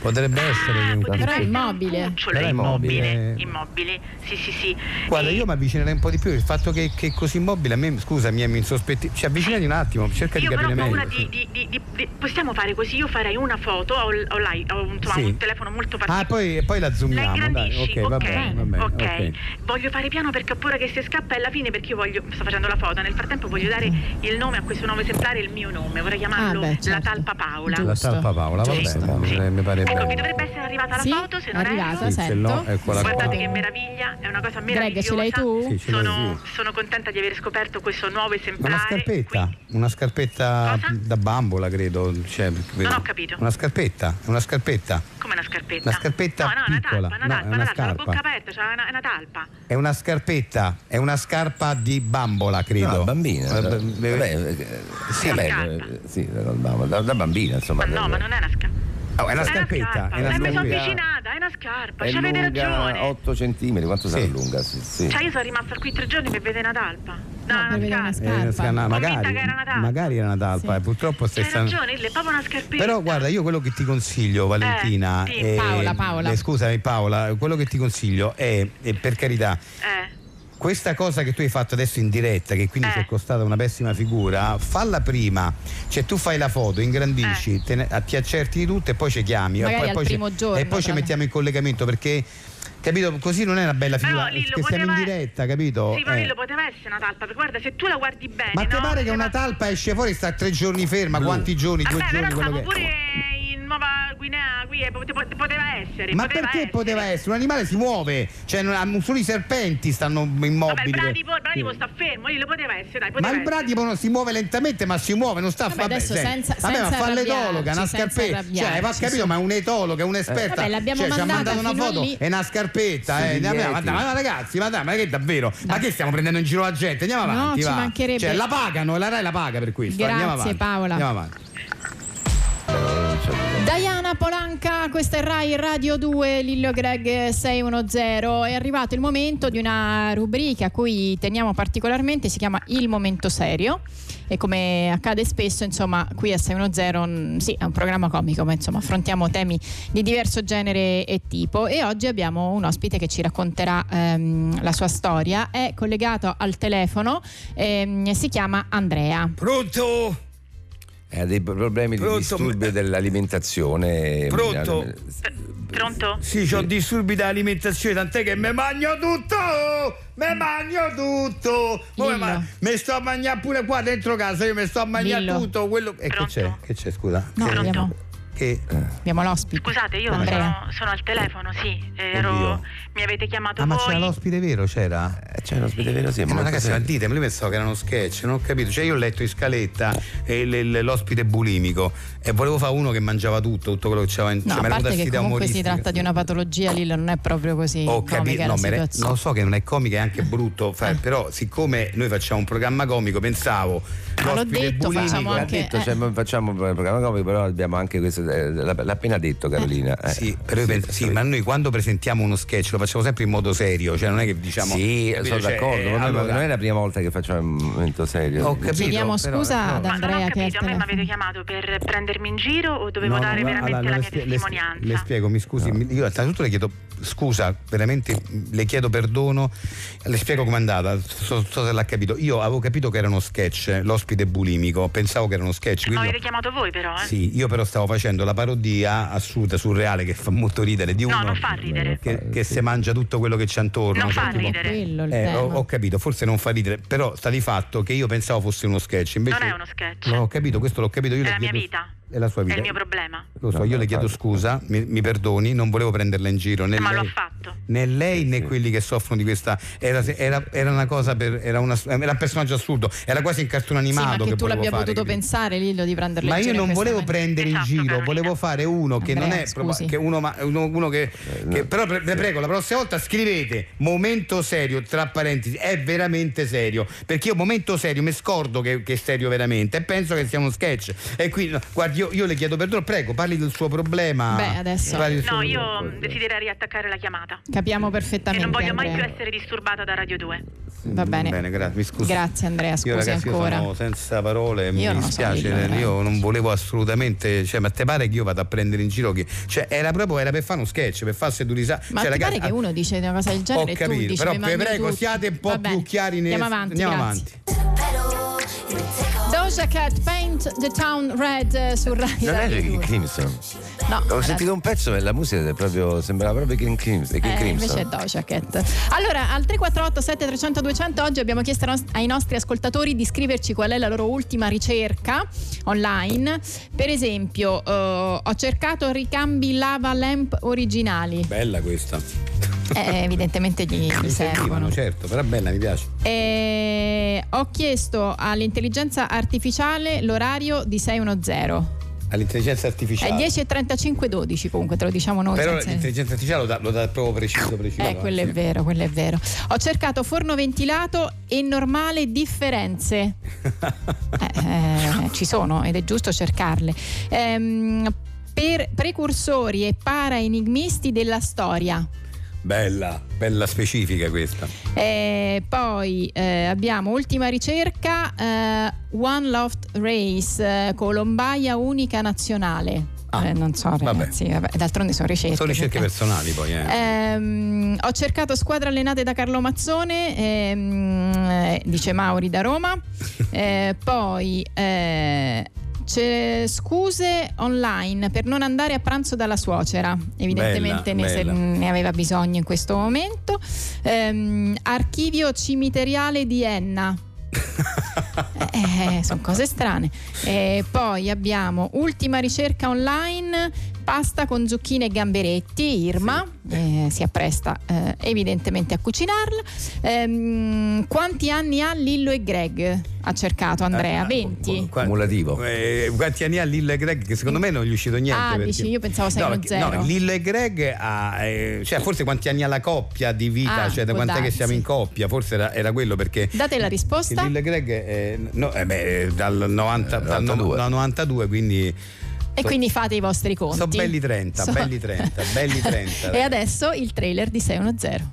Speaker 4: potrebbe essere
Speaker 6: Ah,
Speaker 4: un
Speaker 6: potrebbe
Speaker 3: Però è
Speaker 6: essere un
Speaker 3: immobile.
Speaker 6: cucciolo,
Speaker 4: Però è
Speaker 6: immobile,
Speaker 4: immobile.
Speaker 6: immobile. Sì, sì, sì.
Speaker 4: Guarda,
Speaker 6: E-
Speaker 4: io mi avvicinerei un po' di più. Il fatto che, che è così immobile, a me, scusa, mi mi insospetti. Ci avvicinati un attimo, cerca
Speaker 6: Io
Speaker 4: di
Speaker 6: però ho
Speaker 4: capire
Speaker 6: paura
Speaker 4: meglio.
Speaker 6: di, di- di- di- di- Possiamo fare così? Io farei una foto, ho, l- ho l'ai- ho, insomma,
Speaker 4: Sì.
Speaker 6: un telefono molto
Speaker 4: Ah,
Speaker 6: particolare.
Speaker 4: poi, poi la
Speaker 6: La
Speaker 4: zoomiamo. Dai,
Speaker 6: ingrandisci,
Speaker 4: ok, va bene, va bene.
Speaker 6: ok,
Speaker 4: ok.
Speaker 6: ok. Voglio fare piano perché ho paura che se scappa è la fine perché io voglio, sto facendo la foto, nel frattempo voglio dare il nome a questo nuovo esemplare, il mio nome, vorrei chiamarlo
Speaker 3: Ah, beh, certo.
Speaker 6: La Talpa Paola.
Speaker 3: Giusto.
Speaker 4: La talpa Paola, va
Speaker 6: Sì,
Speaker 4: bene,
Speaker 6: sì.
Speaker 4: mi- mi pare
Speaker 6: Ecco,
Speaker 4: bene.
Speaker 6: mi dovrebbe essere arrivata la
Speaker 3: Sì,
Speaker 6: foto, se
Speaker 3: è
Speaker 6: non
Speaker 3: arrivata,
Speaker 6: erro.
Speaker 4: Sì, se no, ecco
Speaker 3: sento.
Speaker 4: eccola qua.
Speaker 6: Guardate che meraviglia, è una cosa
Speaker 3: Greg,
Speaker 6: meravigliosa.
Speaker 3: ce l'hai tu?
Speaker 4: Sì, ce l'ho
Speaker 6: sono,
Speaker 4: io.
Speaker 6: sono contenta di aver scoperto questo nuovo
Speaker 4: Ma
Speaker 6: esemplare.
Speaker 4: Una scarpetta,
Speaker 6: qui.
Speaker 4: una scarpetta
Speaker 6: Cosa?
Speaker 4: da bambola, credo. cioè, credo.
Speaker 6: ho capito.
Speaker 4: Una scarpetta, una scarpetta.
Speaker 6: Come una scarpetta?
Speaker 4: Una scarpetta
Speaker 6: No, no, una
Speaker 4: piccola.
Speaker 6: talpa, una
Speaker 4: No,
Speaker 6: talpa,
Speaker 4: è una
Speaker 6: una talpa, la
Speaker 4: scarpa.
Speaker 6: bocca aperta, c'è una, una talpa.
Speaker 4: È una scarpetta, è una scarpa di bambola, credo.
Speaker 5: No, Ah, bambina. cioè.
Speaker 4: Eh,
Speaker 5: da-
Speaker 4: beh, beh,
Speaker 5: vabbè, eh,
Speaker 4: sì.
Speaker 5: vabbè,
Speaker 6: Scarpa.
Speaker 5: eh, sì, da, da- da bambina, insomma.
Speaker 6: Ma no, ma non è una scarpa.
Speaker 4: Oh, è una scarpetta,
Speaker 6: scarpa.
Speaker 4: è una
Speaker 6: Eh, mi sono
Speaker 4: scarpetta.
Speaker 6: avvicinata, è una scarpa,
Speaker 5: è
Speaker 6: ci avete
Speaker 5: lunga
Speaker 6: ragione.
Speaker 5: 8 centimetri, quanto sarà
Speaker 4: Sì.
Speaker 5: lunga? Sì, sì.
Speaker 6: Cioè io sono rimasta qui tre giorni per vedere una talpa.
Speaker 3: No, per vedere una
Speaker 4: Eh,
Speaker 3: scarpa.
Speaker 4: sca- no,
Speaker 6: Commenta
Speaker 4: magari,
Speaker 6: che era una talpa.
Speaker 4: magari era una talpa,
Speaker 3: Sì.
Speaker 4: eh, purtroppo stai
Speaker 6: Hai
Speaker 4: stan-
Speaker 6: ragione, le proprio una scarpetta.
Speaker 4: Però guarda, io quello che ti consiglio, Valentina,
Speaker 6: sì.
Speaker 4: eh,
Speaker 3: Paola, Paola.
Speaker 4: eh, scusami Paola, quello che ti consiglio è, eh, per carità,
Speaker 6: Eh.
Speaker 4: questa cosa che tu hai fatto adesso in diretta, che quindi
Speaker 6: Eh.
Speaker 4: ti è costata una pessima figura, falla prima. Cioè tu fai la foto, ingrandisci,
Speaker 6: Eh.
Speaker 4: te ne- ti accerti di tutto e poi ci chiami.
Speaker 3: Magari
Speaker 4: e poi,
Speaker 3: al
Speaker 4: poi ci-
Speaker 3: primo giorno,
Speaker 4: E poi ci
Speaker 3: tra-
Speaker 4: mettiamo in collegamento perché, capito, così non è una bella
Speaker 6: Però
Speaker 4: figura.
Speaker 6: Lillo
Speaker 4: Che siamo in
Speaker 6: poteva-
Speaker 4: diretta, capito?
Speaker 6: Sì, ma
Speaker 4: Eh.
Speaker 6: Lillo poteva essere una talpa, perché guarda, se tu la guardi bene,
Speaker 4: Ma ti
Speaker 6: no?
Speaker 4: pare che
Speaker 6: Se
Speaker 4: una
Speaker 6: la-
Speaker 4: talpa esce fuori e sta tre giorni ferma? Quanti giorni? Due
Speaker 6: Vabbè,
Speaker 4: giorni?
Speaker 6: però
Speaker 4: quello
Speaker 6: stavo
Speaker 4: che...
Speaker 6: pure in Nuova Guinea, qui eh, pote- pote- poteva essere.
Speaker 4: Ma
Speaker 6: poteva
Speaker 4: perché
Speaker 6: essere.
Speaker 4: poteva essere? Un animale si muove, cioè non ha- solo i serpenti stanno
Speaker 6: Vabbè, il
Speaker 4: immobili.
Speaker 6: bradipo, il bradipo
Speaker 4: Sì.
Speaker 6: sta fermo, lì lo poteva essere, dai, poteva
Speaker 4: Ma il
Speaker 6: essere.
Speaker 4: bradipo non si muove lentamente, ma si muove, non sta
Speaker 3: Vabbè, adesso
Speaker 4: senti.
Speaker 3: senza-
Speaker 4: Vabbè, ma
Speaker 3: senza
Speaker 4: fa l'etologa,
Speaker 3: arrabbiarci,
Speaker 4: una
Speaker 3: senza
Speaker 4: scarpetta. Cioè, va
Speaker 3: arrabbiarci,
Speaker 4: capito,
Speaker 3: sì.
Speaker 4: ma è un'etologa, è un'esperta.
Speaker 3: Vabbè, l'abbiamo
Speaker 4: cioè, ci ha
Speaker 3: mandata
Speaker 4: mandato una
Speaker 3: fino a
Speaker 4: foto
Speaker 3: lì.
Speaker 4: e una scarpetta. eh. Ma, ma- ma- ma ragazzi, ma dai, ma che davvero? Ma che stiamo prendendo in giro la gente? Andiamo
Speaker 3: No,
Speaker 4: avanti.
Speaker 3: ci
Speaker 4: va.
Speaker 3: mancherebbe.
Speaker 4: Cioè, la pagano, la Rai la paga per questo. Andiamo
Speaker 3: Grazie,
Speaker 4: avanti.
Speaker 3: Paola.
Speaker 4: Andiamo avanti.
Speaker 3: Diana Polanca, questa è Rai Radio 2, Lillo Greg 610. È arrivato il momento di una rubrica a cui teniamo particolarmente, si chiama Il Momento Serio. E come accade spesso, insomma, qui a 610 mm, sì, è un programma comico, ma insomma affrontiamo temi di diverso genere e tipo. E oggi abbiamo un ospite che ci racconterà ehm, la sua storia. È collegato al telefono, ehm, si chiama Andrea.
Speaker 7: Pronto?
Speaker 5: Eh, Ha dei problemi di
Speaker 7: Pronto?
Speaker 5: disturbio dell'alimentazione.
Speaker 7: Pronto?
Speaker 6: Pronto?
Speaker 7: Sì, ho disturbi da alimentazione, tant'è che me mangio tutto! Me mangio tutto!
Speaker 3: Mo me Dillo. ma-
Speaker 7: me sto a mangiare pure qua dentro casa, io me sto a
Speaker 3: mangiare Dillo. tutto,
Speaker 7: quello.
Speaker 4: E che
Speaker 6: Pronto?
Speaker 4: c'è? Che c'è, scusa?
Speaker 3: No,
Speaker 4: che,
Speaker 3: abbiamo,
Speaker 4: che-
Speaker 3: abbiamo l'ospite.
Speaker 6: Scusate, io
Speaker 3: Andrea.
Speaker 6: sono, sono al telefono, sì. Ero,
Speaker 4: Oddio.
Speaker 6: mi avete chiamato
Speaker 4: Ah, ma c'era
Speaker 6: voi.
Speaker 4: l'ospite vero, c'era?
Speaker 5: Eh, C'è l'ospite vero, sì.
Speaker 4: Eh, ma
Speaker 5: molto
Speaker 4: ragazzi, ma
Speaker 5: serio.
Speaker 4: ditemi, io pensavo che erano sketch, non ho capito. Cioè, io ho letto in scaletta eh, l- l- l'ospite bulimico e volevo fare uno che mangiava tutto, tutto quello che c'era in
Speaker 3: No,
Speaker 4: cioè,
Speaker 3: a
Speaker 4: me l'hanno
Speaker 3: parte
Speaker 4: dati
Speaker 3: che
Speaker 4: da
Speaker 3: comunque si
Speaker 4: umoristica.
Speaker 3: tratta di una patologia, Lilla, non è proprio così
Speaker 4: Ho
Speaker 3: comica
Speaker 4: capito,
Speaker 3: la
Speaker 4: no, me re-
Speaker 3: situazione. Ah.
Speaker 4: non so che non è comica, è anche brutto, fa- però siccome noi facciamo un programma comico, pensavo
Speaker 3: Ma l'ho
Speaker 4: l'ospite
Speaker 3: detto,
Speaker 4: bulimico
Speaker 3: facciamo
Speaker 5: Ha
Speaker 3: anche-
Speaker 5: detto,
Speaker 3: eh.
Speaker 5: cioè, ma facciamo un programma comico, però abbiamo anche questo. eh, l'ha, l'ha appena detto Carolina. eh.
Speaker 4: Sì, però io penso- sì, ma noi quando presentiamo uno sketch lo facciamo sempre in modo serio, cioè non è che diciamo
Speaker 5: Sì,
Speaker 4: capito?
Speaker 5: sono
Speaker 4: Cioè,
Speaker 5: d'accordo,
Speaker 4: eh,
Speaker 5: ma noi-
Speaker 4: allora-
Speaker 5: non è la prima volta che facciamo un momento serio.
Speaker 4: Ho capito,
Speaker 3: Chiediamo
Speaker 4: però-
Speaker 3: scusa ad
Speaker 4: no.
Speaker 6: Ma non
Speaker 3: Andrea
Speaker 6: ho
Speaker 3: che è al
Speaker 6: capito, a me mi avete
Speaker 3: telefono.
Speaker 6: chiamato per prendermi in giro o dovevo
Speaker 4: No, no,
Speaker 6: dare
Speaker 4: ma-
Speaker 6: veramente
Speaker 4: allora,
Speaker 6: la
Speaker 4: le
Speaker 6: mia
Speaker 4: spie- le spie-
Speaker 6: testimonianza?
Speaker 4: Le spiego, mi scusi, mi- io innanzitutto le chiedo scusa, veramente mh, le chiedo perdono, le spiego com'è andata, so, so se l'ha capito. Io avevo capito che era uno sketch, eh, l'ospite bulimico, pensavo che era uno sketch.
Speaker 6: Ma
Speaker 4: quindi-
Speaker 6: avete chiamato voi però, eh?
Speaker 4: Sì, io però stavo facendo la parodia assurda, surreale, che fa molto ridere di
Speaker 6: No,
Speaker 4: uno
Speaker 6: non fa ridere.
Speaker 4: che, che se mangia tutto quello che c'è intorno.
Speaker 6: Non
Speaker 4: cioè,
Speaker 6: fa
Speaker 4: tipo-
Speaker 6: ridere.
Speaker 3: Quello il
Speaker 4: Eh,
Speaker 3: tema.
Speaker 4: ho, ho capito, forse non fa ridere, però sta di fatto che io pensavo fosse uno sketch. Invece
Speaker 6: Non è uno sketch.
Speaker 4: No, ho capito, questo l'ho capito io.
Speaker 6: È
Speaker 4: le
Speaker 6: la mia
Speaker 4: chiedo-
Speaker 6: vita.
Speaker 4: È la sua
Speaker 6: È
Speaker 4: vita.
Speaker 6: il mio problema.
Speaker 4: Lo so,
Speaker 5: No,
Speaker 4: io
Speaker 5: no,
Speaker 4: le chiedo
Speaker 5: infatti.
Speaker 4: scusa, mi, mi perdoni, non volevo prenderla in giro né,
Speaker 6: Ma lo ha
Speaker 4: lei,
Speaker 6: fatto.
Speaker 4: né lei né quelli che soffrono di questa. Era, era- era una cosa per. Era, una- era un personaggio assurdo, era quasi il cartone
Speaker 3: Sì, ma
Speaker 4: animato.
Speaker 3: che tu
Speaker 4: volevo
Speaker 3: l'abbia
Speaker 4: fare,
Speaker 3: potuto
Speaker 4: capito?
Speaker 3: pensare, Lillo, di prenderle
Speaker 4: Ma
Speaker 3: in
Speaker 4: io
Speaker 3: giro in
Speaker 4: non
Speaker 3: questo
Speaker 4: volevo
Speaker 3: momento.
Speaker 4: prendere in
Speaker 6: Esatto,
Speaker 4: giro,
Speaker 6: Carolina.
Speaker 4: volevo fare uno che non
Speaker 3: Andrea,
Speaker 4: è proba-
Speaker 3: scusi.
Speaker 4: che uno, ma- uno- uno che, che- però pre- le prego la prossima volta scrivete momento serio tra parentesi è veramente serio perché io momento serio mi scordo che, che è serio veramente e penso che sia uno sketch e qui no, guardi io, io le chiedo perdono prego parli del suo problema
Speaker 3: Beh, adesso-
Speaker 4: Parli del
Speaker 6: No,
Speaker 4: suo-
Speaker 6: io desidererei riattaccare la chiamata.
Speaker 3: Capiamo
Speaker 6: E
Speaker 3: perfettamente.
Speaker 6: non voglio mai
Speaker 3: Andrea.
Speaker 6: più essere disturbata da Radio 2.
Speaker 3: Va bene.
Speaker 4: Mm, Bene, grazie, mi scusi.
Speaker 3: Grazie, Andrea, scusi
Speaker 4: io, ragazzi, io
Speaker 3: ancora.
Speaker 4: sono senza parole, mi
Speaker 3: non lo so,
Speaker 4: dispiace, eh,
Speaker 3: dillo, veramente.
Speaker 4: io non volevo assolutamente, cioè, ma te pare che io vada a prendere in giro chi? Cioè, era proprio era per fare uno sketch, per farsi durisa.
Speaker 3: Ma
Speaker 4: cioè,
Speaker 3: ti
Speaker 4: ragazzi,
Speaker 3: pare che uno dice una cosa del
Speaker 4: ho
Speaker 3: genere e tu
Speaker 4: capito,
Speaker 3: dici
Speaker 4: però
Speaker 3: mi
Speaker 4: vi
Speaker 3: mangio
Speaker 4: prego,
Speaker 3: tutto.
Speaker 4: siate un po'
Speaker 3: Va bene.
Speaker 4: più chiari nel-
Speaker 3: Andiamo avanti.
Speaker 4: andiamo
Speaker 3: grazie.
Speaker 4: avanti.
Speaker 3: Doja Cat Paint the Town Red eh, su Rai
Speaker 5: Non è
Speaker 3: Radio
Speaker 5: King
Speaker 3: 2.
Speaker 5: Crimson.
Speaker 3: No,
Speaker 5: Ho
Speaker 3: era-
Speaker 5: sentito un pezzo e la musica è proprio, sembrava proprio King Crimson. King
Speaker 3: Eh, invece è
Speaker 5: Crimson.
Speaker 3: Doja Cat. Allora, al 348 7300 200 oggi abbiamo chiesto ai nos- ai nostri ascoltatori di scriverci qual è la loro ultima ricerca online. Per esempio, eh, ho cercato ricambi lava lamp originali.
Speaker 4: Bella questa.
Speaker 3: Eh, evidentemente gli, gli servono.
Speaker 4: Mi servivano, certo, però bella, mi piace.
Speaker 3: Eh, ho chiesto all'intelligenza artificiale l'orario di 610.
Speaker 4: All'intelligenza
Speaker 3: È
Speaker 4: artificiale.
Speaker 3: 10 e 35 12 comunque, te lo diciamo noi.
Speaker 4: Però
Speaker 3: Eh, senza-
Speaker 4: l'intelligenza artificiale lo dà, lo dà proprio preciso, preciso.
Speaker 3: Eh, quello è
Speaker 4: sì.
Speaker 3: vero, quello è vero. Ho cercato forno ventilato e normale differenze. Eh, eh, ci sono ed è giusto cercarle. Ehm, per precursori e paraenigmisti della storia.
Speaker 4: Bella, bella specifica questa.
Speaker 3: E poi eh, abbiamo ultima ricerca, eh, One Loft Race, eh, Colombaia Unica Nazionale.
Speaker 4: Ah,
Speaker 3: Eh, non so,
Speaker 4: vabbè.
Speaker 3: ragazzi, vabbè, d'altronde sono ricerche.
Speaker 4: Sono ricerche
Speaker 3: perché-
Speaker 4: personali poi, eh.
Speaker 3: Ehm, ho cercato squadre allenate da Carlo Mazzone, ehm, eh, dice Mauri da Roma. Eh, poi eh, c'è scuse online per non andare a pranzo dalla suocera, evidentemente
Speaker 4: Bella,
Speaker 3: ne, se-
Speaker 4: bella.
Speaker 3: ne aveva bisogno in questo momento. Ehm, archivio cimiteriale di Enna. Eh, sono cose strane. E poi abbiamo ultima ricerca online, pasta con zucchine e gamberetti, Irma eh, si appresta eh, evidentemente a cucinarla. Ehm, quanti anni ha Lillo e Greg? Ha cercato Andrea,
Speaker 4: Ah,
Speaker 3: 20.
Speaker 4: qua-
Speaker 5: Cumulativo.
Speaker 4: Eh, quanti anni ha Lillo e Greg? Che secondo me non gli è uscito niente.
Speaker 3: Ah, dici, io pensavo sei
Speaker 4: no,
Speaker 3: uno
Speaker 4: perché-
Speaker 3: zero.
Speaker 4: No, Lillo e Greg ha, eh, cioè, forse quanti anni ha la coppia di vita,
Speaker 3: Ah,
Speaker 4: cioè da
Speaker 3: può
Speaker 4: quant'è che
Speaker 3: darsi.
Speaker 4: siamo in coppia, forse era, era quello perché.
Speaker 3: Date la risposta.
Speaker 4: Il Lillo e Greg è no, eh beh, è dal 90
Speaker 5: Eh,
Speaker 4: dal
Speaker 5: 92.
Speaker 4: no- no, 92, quindi
Speaker 3: E quindi fate i vostri conti.
Speaker 4: So belli 30, belli 30, belli 30,
Speaker 3: e
Speaker 4: ragazzi.
Speaker 3: adesso il trailer di 610.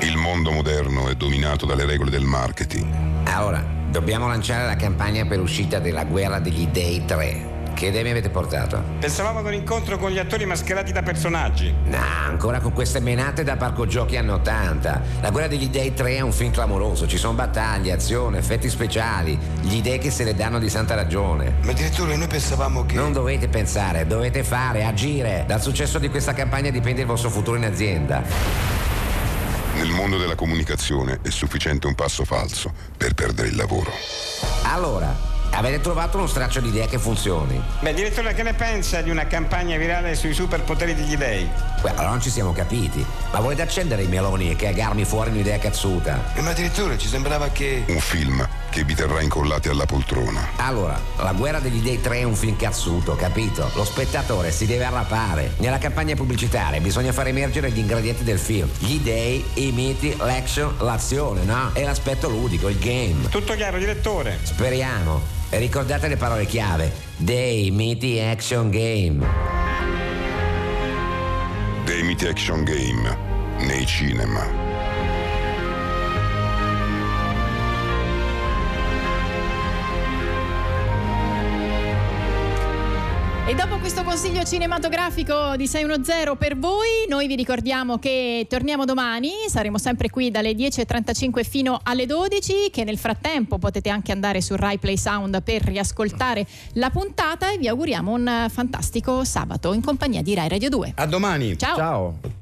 Speaker 11: Il mondo moderno è dominato dalle regole del marketing.
Speaker 8: Ah, Ora, dobbiamo lanciare la campagna per uscita della guerra degli dei 3. Che idee mi avete portato?
Speaker 12: Pensavamo ad un incontro con gli attori mascherati da personaggi.
Speaker 8: No, ancora con queste menate da parco giochi anni 80. La guerra degli dei 3 è un film clamoroso. Ci sono battaglie, azione, effetti speciali. Gli dei che se le danno di santa ragione.
Speaker 10: Ma direttore, noi pensavamo che.
Speaker 8: Non dovete pensare, dovete fare, agire. Dal successo di questa campagna dipende il vostro futuro in azienda.
Speaker 11: Nel mondo della comunicazione è sufficiente un passo falso per perdere il lavoro.
Speaker 8: Allora, avete trovato uno straccio di idea che funzioni.
Speaker 12: Beh, direttore, che ne pensa di una campagna virale sui superpoteri degli dei?
Speaker 8: Beh, allora non ci siamo capiti. Ma volete accendere i meloni e cagarmi fuori un'idea cazzuta?
Speaker 10: Eh, Ma direttore, ci sembrava che.
Speaker 11: Un film che vi terrà incollati alla poltrona.
Speaker 8: Allora, la guerra degli dei 3 è un film cazzuto, capito? Lo spettatore si deve arrapare. Nella campagna pubblicitaria bisogna far emergere gli ingredienti del film. Gli dei, i miti, l'action, l'azione, no? E l'aspetto ludico, il game.
Speaker 12: Tutto chiaro, direttore.
Speaker 8: Speriamo. E ricordate le parole chiave. Dei, miti, action, game.
Speaker 11: Dei Miti Action Game nei cinema.
Speaker 3: E dopo questo consiglio cinematografico di 610 per voi, noi vi ricordiamo che torniamo domani, saremo sempre qui dalle 10.35 fino alle 12, che nel frattempo potete anche andare su Rai Play Sound per riascoltare la puntata e vi auguriamo un eh, fantastico sabato in compagnia di Rai Radio 2.
Speaker 4: A domani.
Speaker 3: Ciao!
Speaker 7: Ciao.